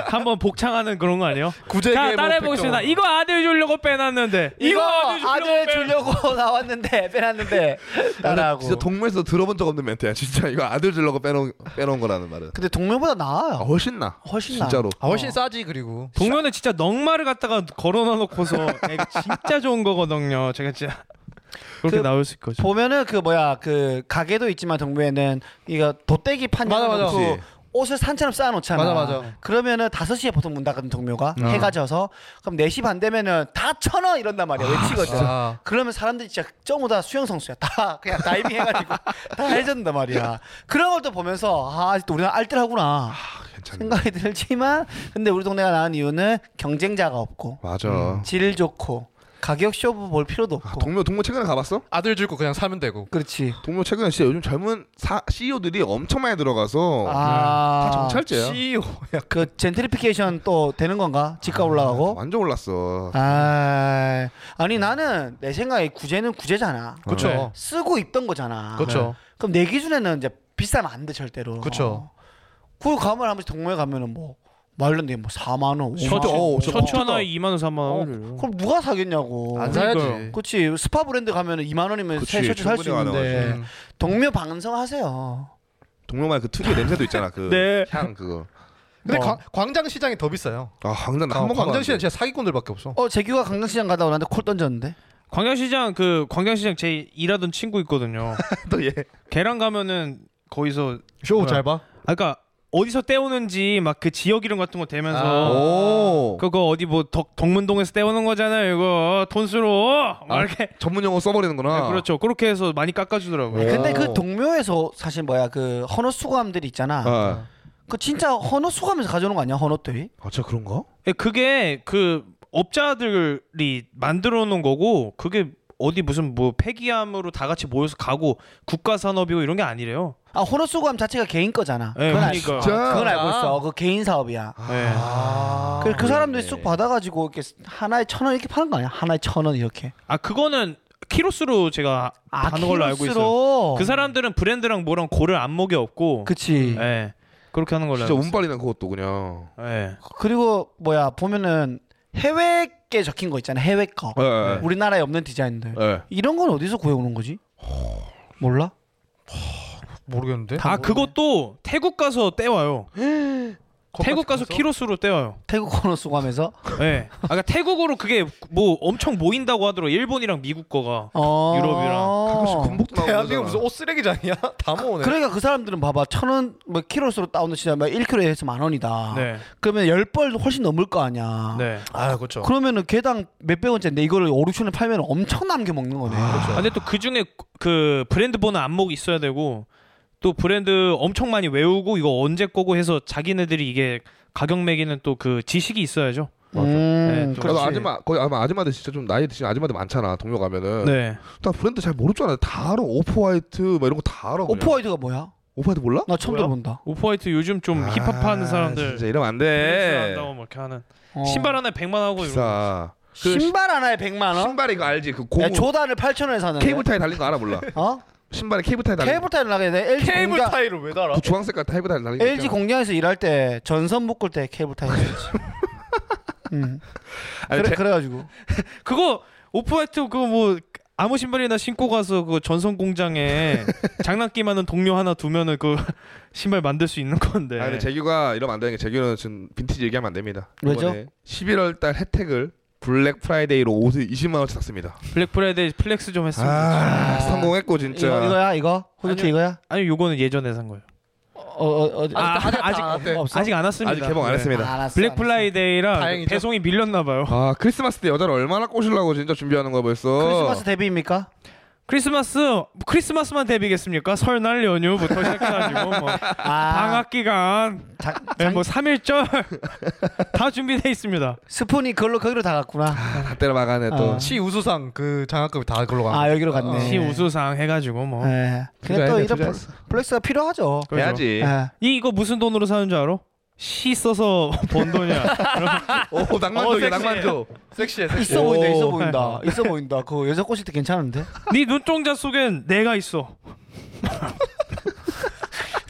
Speaker 6: 한번 복창하는 그런 거 아니에요?
Speaker 4: 구제계
Speaker 6: 자
Speaker 4: 뭐
Speaker 6: 따라해보겠습니다.
Speaker 4: 백정.
Speaker 6: 이거 아들 주려고 빼놨는데
Speaker 1: 이거
Speaker 6: 아들
Speaker 1: 아들
Speaker 6: 주려고
Speaker 1: 주려고 나왔는데 빼놨는데 따라하고.
Speaker 2: 진짜 동물에서 들어본 적 없는 멘트야 진짜 이거 아들 주려고 빼놓은, 빼놓은 거라는 말은
Speaker 1: 근데 동료보다 나아요.
Speaker 2: 아, 훨씬 나
Speaker 1: 훨씬 나.
Speaker 2: 진짜로
Speaker 4: 아 훨씬 싸지 그리고
Speaker 6: 동료는 진짜 넉마를 갖다가 걸어놔 놓고서 야, 이거 진짜 좋은 거거든요. 제가 진짜 그렇게
Speaker 1: 그
Speaker 6: 나올 수 있거든요.
Speaker 1: 보면은 그 뭐야 그 가게도 있지만 동부에는 이거 돗대기
Speaker 4: 맞아, 맞아.
Speaker 1: 판이라고
Speaker 2: 그치.
Speaker 1: 옷을 산처럼 쌓아놓잖아.
Speaker 4: 맞아, 어. 맞아.
Speaker 1: 그러면은 5시에 보통 문 닫거든 동묘가 해가 져서 그럼 4시 반 되면은 다 천 원 이런단 말이야 외치거든.
Speaker 4: 아, 진짜.
Speaker 1: 그러면 사람들이 진짜 전부 다 수영 선수야. 다 그냥 다이빙 해가지고 다 해준단 말이야. 그런 걸 또 보면서 아 아직도 우리나라 알뜰하구나
Speaker 4: 아,
Speaker 2: 괜찮네
Speaker 1: 아, 생각이 들지만 근데 우리 동네가 나은 이유는 경쟁자가 없고
Speaker 2: 맞아
Speaker 1: 질 좋고 가격 쇼부 볼 필요도 없고.
Speaker 2: 아, 동료 동료 최근에 가봤어?
Speaker 4: 아들 줄고 그냥 사면 되고
Speaker 1: 그렇지.
Speaker 2: 동료 최근에 진짜 요즘 젊은 사, CEO들이 엄청 많이 들어가서
Speaker 1: 아,
Speaker 2: 다 정찰제야
Speaker 4: CEO
Speaker 1: 그 젠트리피케이션 또 되는 건가?
Speaker 2: 아,
Speaker 1: 집값 올라가고.
Speaker 2: 완전 올랐어
Speaker 1: 아, 아니 나는 내 생각에 구제는 구제잖아.
Speaker 2: 네.
Speaker 4: 그렇죠
Speaker 1: 쓰고 입던 거잖아.
Speaker 4: 그렇죠
Speaker 1: 네. 그럼 내 기준에는 이제 비싸면 안 돼 절대로.
Speaker 4: 그쵸.
Speaker 1: 그 가면 한 번씩 동호회 가면은 뭐 말로 내뭐 4만 원, 5만 원.
Speaker 2: 어,
Speaker 6: 네. 셔츠
Speaker 2: 저
Speaker 6: 셔츠 하나에 2만 원, 3만
Speaker 1: 어,
Speaker 4: 네.
Speaker 6: 원.
Speaker 1: 그럼 누가 사겠냐고.
Speaker 4: 안
Speaker 6: 그러니까요.
Speaker 4: 사야지
Speaker 1: 그렇지. 스파 브랜드 가면은 2만 원이면 새
Speaker 2: 그치,
Speaker 1: 셔츠 살 수
Speaker 2: 충분히
Speaker 1: 있는데
Speaker 4: 가능하지.
Speaker 1: 동묘 방송하세요.
Speaker 2: 동료만 그 특유의 냄새도 있잖아 그 향
Speaker 6: 네.
Speaker 2: 그거
Speaker 4: 근데
Speaker 1: 어.
Speaker 4: 광- 광장시장이 더 비싸요
Speaker 2: 아 광장
Speaker 4: 어,
Speaker 2: 나한 번만
Speaker 4: 광장시장 진짜 사기꾼들밖에 없어
Speaker 1: 어 재규가 강릉시장 가다 오는데 콜 던졌는데.
Speaker 6: 광양시장 그 광양시장 제 일하던 친구 있거든요.
Speaker 2: 또얘
Speaker 6: 걔랑 가면은 거기서
Speaker 4: 쇼
Speaker 6: 뭐야.
Speaker 4: 잘봐
Speaker 6: 아까 그러니까 어디서 떼오는지 막 그 지역 이름 같은 거 대면서
Speaker 2: 아,
Speaker 5: 아.
Speaker 2: 오.
Speaker 6: 그거 어디 뭐 덕, 덕문동에서 떼오는 거잖아요 이거 돈수로 막
Speaker 2: 아,
Speaker 6: 이렇게
Speaker 2: 전문 용어 써버리는구나
Speaker 6: 네, 그렇죠 그렇게 해서 많이 깎아주더라고요
Speaker 1: 근데 그 동묘에서 사실 뭐야 그 헌어 수거함들이 있잖아.
Speaker 2: 아,
Speaker 1: 그 진짜 헌어 수거하면서 가져오는 거 아니야 헌어들이?
Speaker 2: 아 진짜 그런가?
Speaker 6: 예, 그게 그 업자들이 만들어 놓은 거고 그게 어디 무슨 뭐 폐기함으로 다 같이 모여서 가고 국가 산업이고 이런 게 아니래요
Speaker 1: 아 헌어 수거함 자체가 개인 거잖아.
Speaker 6: 예,
Speaker 1: 그건, 알,
Speaker 6: 그러니까
Speaker 2: 진짜?
Speaker 1: 그건 알고 있어. 그 개인 사업이야.
Speaker 2: 아,
Speaker 6: 예.
Speaker 1: 그, 그 사람들이 쑥 받아가지고 이렇게 하나에 천 원 이렇게 파는 거 아니야? 하나에 천 원 이렇게.
Speaker 6: 아 그거는 키로수로 제가
Speaker 1: 아
Speaker 6: 하는 걸로 알고 있어요
Speaker 1: 키로스로.
Speaker 6: 그 사람들은 브랜드랑 뭐랑 고를 안목이 없고
Speaker 1: 그치.
Speaker 6: 예. 그렇게 하는 걸로
Speaker 2: 진짜
Speaker 6: 알고
Speaker 2: 운빨이네 그것도 그냥
Speaker 6: 있어요. 예.
Speaker 1: 그리고 뭐야 보면은 해외게 적힌 거 있잖아 해외 거.
Speaker 6: 네.
Speaker 2: 예, 예.
Speaker 1: 우리나라에 없는 디자인들.
Speaker 2: 예.
Speaker 1: 이런 건 어디서 구해오는 거지? 몰라?
Speaker 4: 모르겠는데
Speaker 6: 아 그것도 태국 가서 예. 떼와요.
Speaker 5: 태국 가서 키로수로 떼어요.
Speaker 1: 태국 코너 수고하면서
Speaker 5: 네. 아, 그러니까 태국어로 그게 뭐 엄청 모인다고 하더라고. 일본이랑 미국 거가.
Speaker 1: 어...
Speaker 5: 유럽이랑
Speaker 2: 가끔씩 군복도 나오고 그러잖아.
Speaker 4: 대한민국 무슨 옷 쓰레기장이야? 다 모으네.
Speaker 1: 그러니까 그 사람들은 봐봐 천원뭐 키로수로 다운도 치자 막 1kg에서 만 원이다.
Speaker 5: 네.
Speaker 1: 그러면 열 벌 훨씬 넘을 거 아, 아니야.
Speaker 5: 네.
Speaker 4: 아 그렇죠.
Speaker 1: 그러면은 개당 몇백 원짜리인데 이거를 오르촌에 팔면 엄청 남게 먹는 거네.
Speaker 5: 아, 근데 또 그 중에 그 브랜드 보는 안목이 있어야 되고 또 브랜드 엄청 많이 외우고 이거 언제 거고 해서 자기네들이 이게 가격 매기는 또 그 지식이 있어야죠.
Speaker 2: 맞아.
Speaker 1: 음,
Speaker 5: 네, 또-
Speaker 2: 그래도
Speaker 1: 그렇지.
Speaker 2: 아줌마 거기 아마 아줌마들 진짜 좀 나이 드신 아줌마들 많잖아 동료 가면은
Speaker 5: 네.
Speaker 2: 나 브랜드 잘 모르잖아 다 알아 오프화이트 막 이런 거 다 알아 그냥.
Speaker 1: 오프화이트가 뭐야?
Speaker 2: 오프화이트 몰라?
Speaker 1: 나 처음
Speaker 5: 뭐야?
Speaker 1: 들어본다.
Speaker 5: 오프화이트 요즘 좀
Speaker 2: 아,
Speaker 5: 음, 힙합하는 사람들
Speaker 2: 진짜 이러면 안돼
Speaker 5: 인스타한다고 막 이렇게 하는
Speaker 1: 어.
Speaker 5: 신발 하나에 100만 하고 이런 거.
Speaker 2: 비싸 그
Speaker 1: 신발 하나에 100만 원?
Speaker 2: 신발 이거 알지 그
Speaker 1: 야,
Speaker 2: 고무
Speaker 1: 조단을 8천 원에 사는데.
Speaker 2: 케이블 타이 달린 거 알아 몰라
Speaker 1: 어?
Speaker 2: 신발에 케이블 타이 달린
Speaker 1: 케이블 타이 나게 돼. LG
Speaker 4: 케이블
Speaker 1: 공장
Speaker 4: 타이를 왜 달아?
Speaker 2: 그 주황색 깔 케이블 타이 달린 거
Speaker 1: LG
Speaker 2: 있잖아.
Speaker 1: 공장에서 일할 때 전선 묶을 때 케이블 타이 했지. 음.
Speaker 2: 아니,
Speaker 1: 그래
Speaker 2: 제-
Speaker 1: 그래가지고
Speaker 5: 그거 오프화이트 그거 뭐 아무 신발이나 신고 가서 그 전선 공장에 장난기 많은 동료 하나 두면은 그 신발 만들 수 있는 건데.
Speaker 2: 아니 재규가 이러면 안 되는 게 재규는 지금 빈티지 얘기하면 안 됩니다
Speaker 1: 왜죠?
Speaker 2: 이번에 11월 달 혜택을 블랙 프라이데이로 옷을 20만 원씩 샀습니다
Speaker 5: 블랙 프라이데이 플렉스 좀 했으면 좋겠어.
Speaker 2: 아,
Speaker 1: 아,
Speaker 2: 성공했고 진짜
Speaker 1: 이거, 이거야 이거 호주트 이거야?
Speaker 5: 아니 요거는 예전에 산
Speaker 2: 뭐
Speaker 5: 거예요.
Speaker 1: 어, 어, 어,
Speaker 5: 아,
Speaker 1: 아직 다-
Speaker 5: 아직
Speaker 1: 다 없어?
Speaker 5: 아직 안 왔습니다.
Speaker 2: 아직 개봉 안
Speaker 5: 네.
Speaker 2: 했습니다
Speaker 1: 아, 알았어,
Speaker 5: 블랙
Speaker 1: 알았어.
Speaker 5: 프라이데이라
Speaker 4: 다행이죠.
Speaker 5: 배송이 밀렸나 봐요.
Speaker 2: 아 크리스마스 때 여자를 얼마나 꼬시려고 진짜 준비하는 거야 벌써
Speaker 1: 어. 크리스마스 데뷔입니까?
Speaker 5: 크리스마스 크리스마스만 데뷔겠습니까? 설날 연휴부터 시작해가지고 뭐
Speaker 1: 아,
Speaker 5: 방학 기간
Speaker 1: 자,
Speaker 5: 네,
Speaker 1: 장-
Speaker 5: 뭐 3일절 다 준비돼 있습니다.
Speaker 1: 스푼이 그걸로 거기로 다 갔구나.
Speaker 2: 다 때려 막아내 또
Speaker 1: 아.
Speaker 4: 치우수상 그 장학금이 다 그걸로 가.
Speaker 1: 아 여기로
Speaker 5: 어. 시
Speaker 1: 갔네.
Speaker 5: 우수상 해가지고 뭐
Speaker 1: 예. 근데 또 이런 플렉스- 플렉스가 필요하죠.
Speaker 5: 그죠?
Speaker 2: 해야지
Speaker 1: 예.
Speaker 5: 이 이거 무슨 돈으로 사는 줄 알아? 시 써서 번 돈이야.
Speaker 2: 오 낭만적이야
Speaker 5: 어, 섹시해.
Speaker 2: 낭만적
Speaker 4: 섹시해.
Speaker 1: 있어 보인다, 있어 보인다, 있어 보인다. 그 여자 꼬실 때 괜찮은데?
Speaker 5: 네 눈동자 속엔 내가 있어.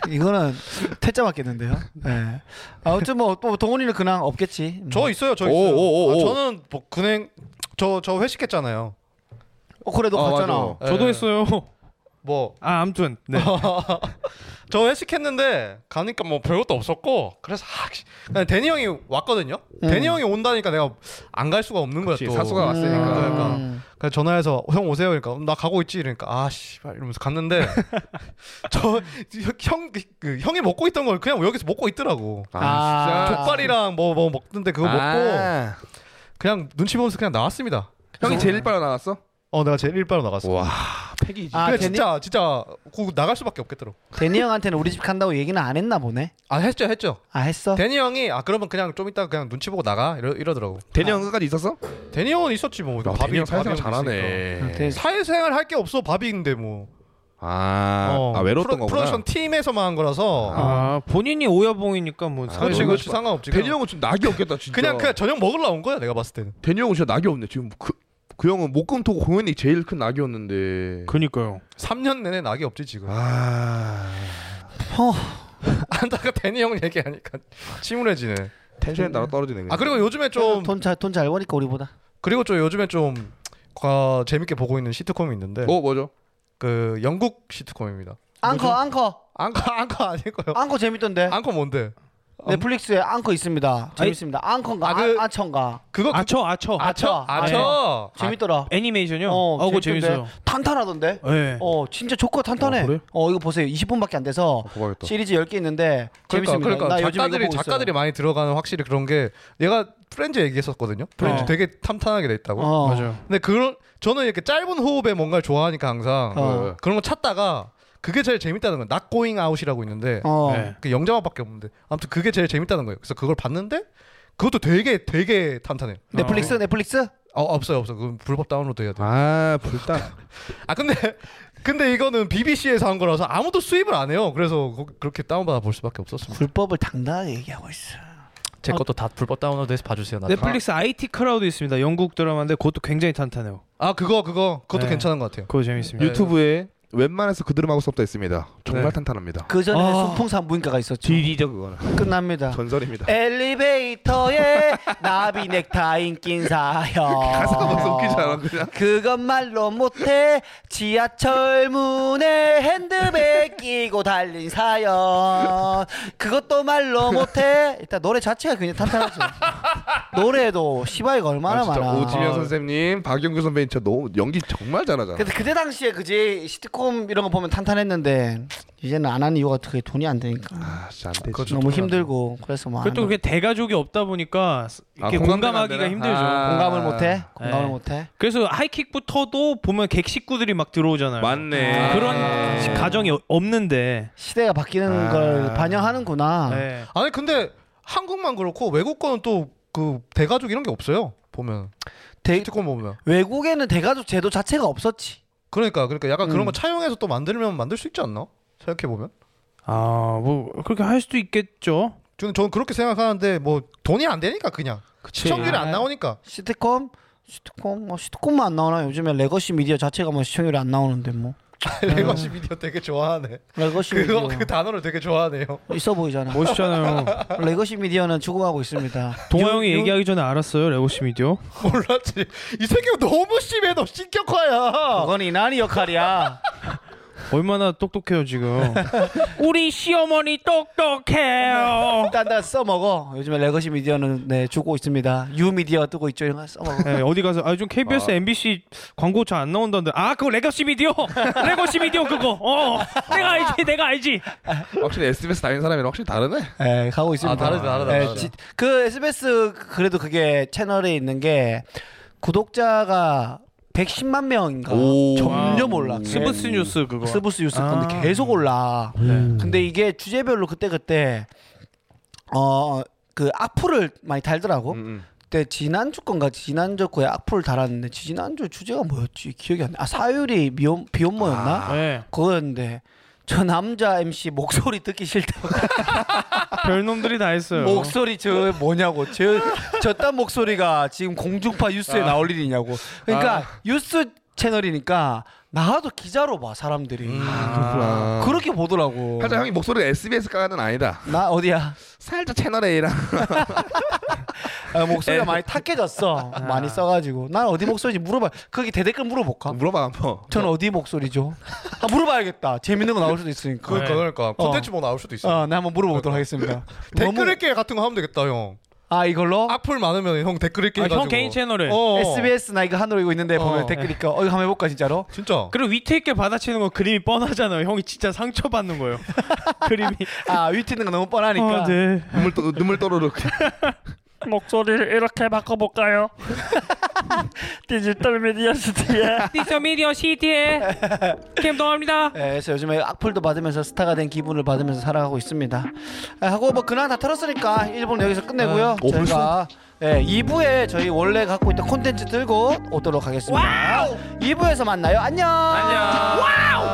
Speaker 1: 이거는 퇴짜 맞겠는데요. 예. 아무튼 뭐또 동훈이는 그냥 없겠지. 음.
Speaker 4: 저 있어요. 저
Speaker 2: 오,
Speaker 4: 있어요.
Speaker 2: 오, 오,
Speaker 4: 아,
Speaker 2: 오.
Speaker 4: 저는 뭐 그냥 저저 회식했잖아요.
Speaker 1: 어, 그래도
Speaker 2: 아,
Speaker 1: 갔잖아.
Speaker 2: 맞아.
Speaker 5: 네. 저도
Speaker 4: 예.
Speaker 5: 했어요.
Speaker 4: 뭐
Speaker 5: 아 아무튼 네.
Speaker 4: 저 회식했는데 가니까 뭐 별것도 없었고 그래서 하, 씨. 그냥 데니 형이 왔거든요. 데니 형이 온다니까 내가 안 갈 수가 없는 거야
Speaker 2: 그치,
Speaker 4: 또.
Speaker 2: 사수가 왔으니까.
Speaker 1: 음.
Speaker 4: 그러니까. 그래서 전화해서 형 오세요 그러니까 나 가고 있지 이러니까 아 씨발 이러면서 갔는데 저형 그, 형이 먹고 있던 걸 그냥 여기서 먹고 있더라고.
Speaker 1: 아.
Speaker 4: 족발이랑 뭐 뭐 먹던데 그거 먹고
Speaker 2: 아.
Speaker 4: 그냥 눈치 보면서 그냥 나왔습니다.
Speaker 2: 형이 제일 일빨로 나왔어?
Speaker 4: 어 내가 제일 일바로 나갔어.
Speaker 2: 패기지
Speaker 1: 아,
Speaker 4: 그래
Speaker 1: 데니,
Speaker 4: 그러니까. 진짜 진짜 그 나갈 수밖에 없겠더라고.
Speaker 1: 데니 형한테는 우리 집 간다고 얘기는 안 했나 보네.
Speaker 4: 아 했죠 했죠.
Speaker 1: 아 했어?
Speaker 4: 데니 형이 아 그러면 그냥 좀 이따 그냥 눈치 보고 나가 이러, 이러더라고.
Speaker 2: 대니 형 끝까지 있었어?
Speaker 4: 데니 형은 있었지 뭐.
Speaker 2: 야, 데니 형 사회생활 잘하네
Speaker 1: 데니-
Speaker 4: 사회생활 할 게 없어 밥이 있는데 뭐.
Speaker 2: 아,
Speaker 1: 네.
Speaker 4: 어,
Speaker 2: 아 외로웠던
Speaker 4: 프로,
Speaker 2: 거구나
Speaker 4: 프로덕션 팀에서만 한 거라서.
Speaker 5: 아 본인이 오야봉이니까 뭐
Speaker 2: 아,
Speaker 4: 그렇지
Speaker 2: 그렇지,
Speaker 4: 그렇지
Speaker 2: 그렇지.
Speaker 4: 상관없지.
Speaker 2: 대니
Speaker 4: 그냥-
Speaker 2: 형은 지금 낙이 없겠다 진짜
Speaker 4: 그냥 그 저녁 먹으러 온 거야 내가 봤을 때는.
Speaker 2: 대니 형은 진짜 낙이 없네 지금 그, 그 형은 목금토 공연이 제일 큰 낙이었는데
Speaker 5: 그니까요.
Speaker 4: 3년 내내 낙이 없지 지금.
Speaker 2: 아
Speaker 4: 안다가 데니 형 얘기하니까
Speaker 1: 아.
Speaker 4: 침울해지네.
Speaker 2: 텐션이 따로 떨어지네
Speaker 4: 아 그리고 요즘에 좀
Speaker 1: 돈잘돈잘 버니까 우리보다.
Speaker 4: 그리고 저 요즘에 좀 어, 재밌게 보고 있는 시트콤이 있는데
Speaker 2: 어 뭐죠?
Speaker 4: 그 영국 시트콤입니다.
Speaker 1: 앙커 앙커
Speaker 4: 앙커 앙커 어. 아니고요.
Speaker 1: 앙커 재밌던데.
Speaker 4: 앙커 뭔데?
Speaker 1: 넷플릭스에 앙커 있습니다. 재밌습니다. 앙커인가
Speaker 4: 아, 그-
Speaker 1: 아, 아처인가
Speaker 4: 그거 그-
Speaker 5: 아처 아처
Speaker 1: 아처. 네.
Speaker 4: 아처
Speaker 1: 재밌더라.
Speaker 5: 애니메이션이요.
Speaker 1: 어,
Speaker 5: 어, 그거
Speaker 1: 재밌던데.
Speaker 5: 재밌어요.
Speaker 1: 탄탄하던데.
Speaker 5: 네.
Speaker 1: 어 진짜 좋고 탄탄해.
Speaker 2: 아, 그래?
Speaker 1: 어 이거 보세요. 20분밖에 안 돼서
Speaker 2: 봐야겠다
Speaker 1: 시리즈 10개 있는데
Speaker 4: 어, 그러니까,
Speaker 1: 재밌습니다.
Speaker 4: 그러니까
Speaker 1: 나 요즘
Speaker 4: 작가들이
Speaker 1: 이거 보고
Speaker 4: 작가들이 많이 들어가는 확실히 그런 게 얘가 프렌즈 얘기했었거든요. 프렌즈
Speaker 5: 어.
Speaker 4: 되게 탐탄하게 돼 있다고.
Speaker 1: 있어요. 어.
Speaker 5: 맞아요.
Speaker 4: 근데 그런 저는 이렇게 짧은 호흡에 뭔가를 좋아하니까 항상
Speaker 1: 어.
Speaker 4: 그런 거 찾다가 그게 제일 재밌다는 거예요. Not Going Out이라고 있는데
Speaker 1: 어.
Speaker 5: 네.
Speaker 4: 그 영자화밖에 없는데 아무튼 그게 제일 재밌다는 거예요. 그래서 그걸 봤는데 그것도 되게 되게 탐탄해요.
Speaker 1: 넷플릭스 넷플릭스?
Speaker 4: 어, 없어요 없어. 그건 불법 다운로드 해야 돼.
Speaker 2: 아 불닭
Speaker 4: 아 근데 근데 이거는 BBC에서 한 거라서 아무도 수입을 안 해요. 그래서 거- 그렇게 다운받아 볼 수밖에 없었습니다. 아.
Speaker 1: 불법을 당당하게 얘기하고 있어.
Speaker 4: 제 것도 다 불법 다운로드해서 봐주세요. 나.
Speaker 5: 넷플릭스 IT 크라우드 있습니다. 영국 드라마인데 그것도 굉장히 탄탄해요.
Speaker 4: 아 그거 그거 그것도
Speaker 5: 네.
Speaker 4: 괜찮은 것 같아요.
Speaker 5: 그거 재밌습니다.
Speaker 2: 유튜브에 웬만해서 그들음하고 수업도 있습니다. 정말
Speaker 6: 네.
Speaker 2: 탄탄합니다.
Speaker 1: 그 아. 전에
Speaker 4: 어.
Speaker 6: 아.
Speaker 1: 수풍산부인과가 있었죠.
Speaker 2: 딜이죠 그거는.
Speaker 1: 끝납니다.
Speaker 2: 전설입니다.
Speaker 1: 엘리베이터에 나비 넥타인 낀 사연.
Speaker 2: 아. 가사가 벌써 웃기잖아 그냥.
Speaker 1: 그건 말로 못해 지하철 문에 핸드백 끼고 달린 사연 그것도 말로 못해 일단 노래 자체가 굉장히 탄탄하죠 노래에도 시바이가 얼마나
Speaker 2: 아, 진짜
Speaker 1: 많아
Speaker 2: 오지명 선생님, 박영규 선배님 저 너무 연기 정말 잘하잖아.
Speaker 1: 근데 그때 당시에 그지 시트콤 이런 거 보면 탄탄했는데 이제는 안 하는 이유가 그게 돈이 안 되니까
Speaker 2: 아, 진짜 안 되지.
Speaker 1: 너무 힘들고 그래서 뭐안
Speaker 6: 그것도
Speaker 1: 하는
Speaker 6: 그게 대가족이 없다 보니까 이렇게
Speaker 2: 아, 네. 공감대가
Speaker 6: 공감하기가
Speaker 2: 안 되나?
Speaker 6: 힘들죠.
Speaker 2: 아.
Speaker 1: 공감을 못해 공감을
Speaker 6: 네.
Speaker 1: 못해
Speaker 6: 그래서 하이킥부터도 보면 객식구들이 막 들어오잖아요.
Speaker 2: 맞네.
Speaker 6: 그런
Speaker 2: 아.
Speaker 6: 가정이 어- 없는데.
Speaker 1: 시대가 바뀌는
Speaker 2: 아.
Speaker 1: 걸 반영하는구나
Speaker 6: 네.
Speaker 4: 아니 근데 한국만 그렇고 외국 거는 또 그 대가족 이런 게 없어요. 보면
Speaker 1: 대-
Speaker 4: 시트콤 보면.
Speaker 1: 외국에는 대가족 제도 자체가 없었지
Speaker 4: 그러니까 그러니까 약간
Speaker 1: 음.
Speaker 4: 그런 거 차용해서 또 만들면 만들 수 있지 않나? 생각해 보면.
Speaker 6: 아뭐 그렇게 할 수도 있겠죠.
Speaker 4: 저는 저는 그렇게 생각하는데 뭐 돈이 안 되니까 그냥 시청률이
Speaker 1: 아,
Speaker 4: 안 나오니까
Speaker 1: 시트콤 시트콤 뭐 시트콤만 안 나오나 요즘에 레거시 미디어 자체가 뭐 시청률이 안 나오는데 뭐
Speaker 4: 레거시 미디어 되게 좋아하네.
Speaker 1: 레거시
Speaker 4: 그거
Speaker 1: 미디어
Speaker 4: 그 단어를 되게 좋아하네요.
Speaker 1: 있어 보이잖아
Speaker 6: 멋있잖아요.
Speaker 1: 레거시 미디어는 죽어가고 있습니다
Speaker 6: 동화 형이 얘기하기 전에 알았어요 레고시 미디어.
Speaker 4: 몰랐지. 이 새끼 너무 심해. 너 신격화야.
Speaker 1: 그건 이난이 역할이야
Speaker 6: 얼마나 똑똑해요 지금.
Speaker 5: 우리 시어머니 똑똑해요.
Speaker 1: 일단 다 써먹어 요즘에 레거시 미디어는 네 죽고 있습니다 유 미디어 뜨고 있죠 이런 거 써먹어
Speaker 6: 네, 어디 가서 아좀 KBS, MBC 광고 잘 안 나온다는데 아 그거 레거시 미디어.
Speaker 5: 레거시 미디어 그거. 어, 내가 알지, 내가 알지.
Speaker 2: 확실히 SBS 다닌 사람이랑 확실히 다르네.
Speaker 1: 네 가고 있습니다
Speaker 4: 아, 다르다, 다르다, 다르다.
Speaker 1: 지- 그 SBS 그래도 그게 채널에 있는 게 구독자가 110만 명인가
Speaker 2: 오.
Speaker 1: 점점 올라
Speaker 6: 스브스
Speaker 5: 예.
Speaker 6: 뉴스 그거. 아. 네.
Speaker 1: 네. 아,
Speaker 6: 음.
Speaker 1: 스브스 음. 뉴스 건데 계속 올라. 근데 이게 주제별로 그때 그때 어 그 악플을 많이 달더라고.
Speaker 2: 음,
Speaker 1: 그때 지난주 건가 지난주 거에 악플을 달았는데 지난주 주제가 뭐였지 기억이 안 나. 아 사유리 미혼 비혼모였나?
Speaker 6: 네.
Speaker 1: 그거였는데 저 남자 MC 목소리 듣기 싫다고
Speaker 6: 별놈들이 다 했어요.
Speaker 1: 목소리 저 뭐냐고 저 저딴 목소리가 지금 공중파
Speaker 6: 아.
Speaker 1: 뉴스에 나올 일이냐고 그러니까 뉴스 채널이니까 나도 기자로 봐 사람들이
Speaker 6: 음. 아.
Speaker 5: 아.
Speaker 2: 그렇구나.
Speaker 1: 그렇게 보더라고
Speaker 2: 하자 아. 형이 목소리가 SBS가는 아니다.
Speaker 1: 나 어디야?
Speaker 2: 살짝 채널 A랑
Speaker 1: 아, 목소리가 많이 탁해졌어. 많이 써가지고. 난 어디 목소리지 물어봐. 거기 대댓글 물어볼까?
Speaker 2: 물어봐 한번.
Speaker 1: 전 어디 목소리죠? 아, 물어봐야겠다. 재밌는 거 나올 수도 있으니까.
Speaker 4: 그러니까 그러니까 콘텐츠 뭐 나올 수도 있어.
Speaker 1: 어, 나 한번 물어보도록 하겠습니다.
Speaker 4: 댓글
Speaker 1: 어. 너무-
Speaker 4: 읽기 같은 거 하면 되겠다 형.
Speaker 1: 아 이걸로
Speaker 4: 악플 많으면 형 댓글 읽기
Speaker 6: 아,
Speaker 4: 해가지고.
Speaker 6: 형 개인 채널에.
Speaker 4: 어.
Speaker 1: SBS 나 이거 하늘로 이거 있는데 보면
Speaker 4: 어.
Speaker 1: 댓글 있까. 어 이거 한번 해볼까 진짜로?
Speaker 4: 진짜.
Speaker 6: 그리고 위트 있게 받아치는 거 그림이 뻔하잖아요. 형이 진짜 상처받는 거예요. 그림이.
Speaker 1: 아 위트 있는 거 너무
Speaker 6: 그러니까.
Speaker 1: 뻔하니까.
Speaker 5: 아, 네.
Speaker 2: 눈물 떠 눈물 떠르륵.
Speaker 5: 목소리를 이렇게 바꿔볼까요? 디지털 미디어 시티에. 디지털 미디어 시티에. 김동합니다.
Speaker 1: 예, 그래서 요즘에 악플도 받으면서 스타가 된 기분을 받으면서 살아가고 있습니다. 아, 하고 뭐 그날 다 털었으니까 1부는 여기서 끝내고요.
Speaker 2: 오,
Speaker 1: 저희가 예, 2부에 저희 원래 갖고 있던 콘텐츠 들고 오도록 하겠습니다. 2부에서 만나요. 안녕. 안녕. 와우.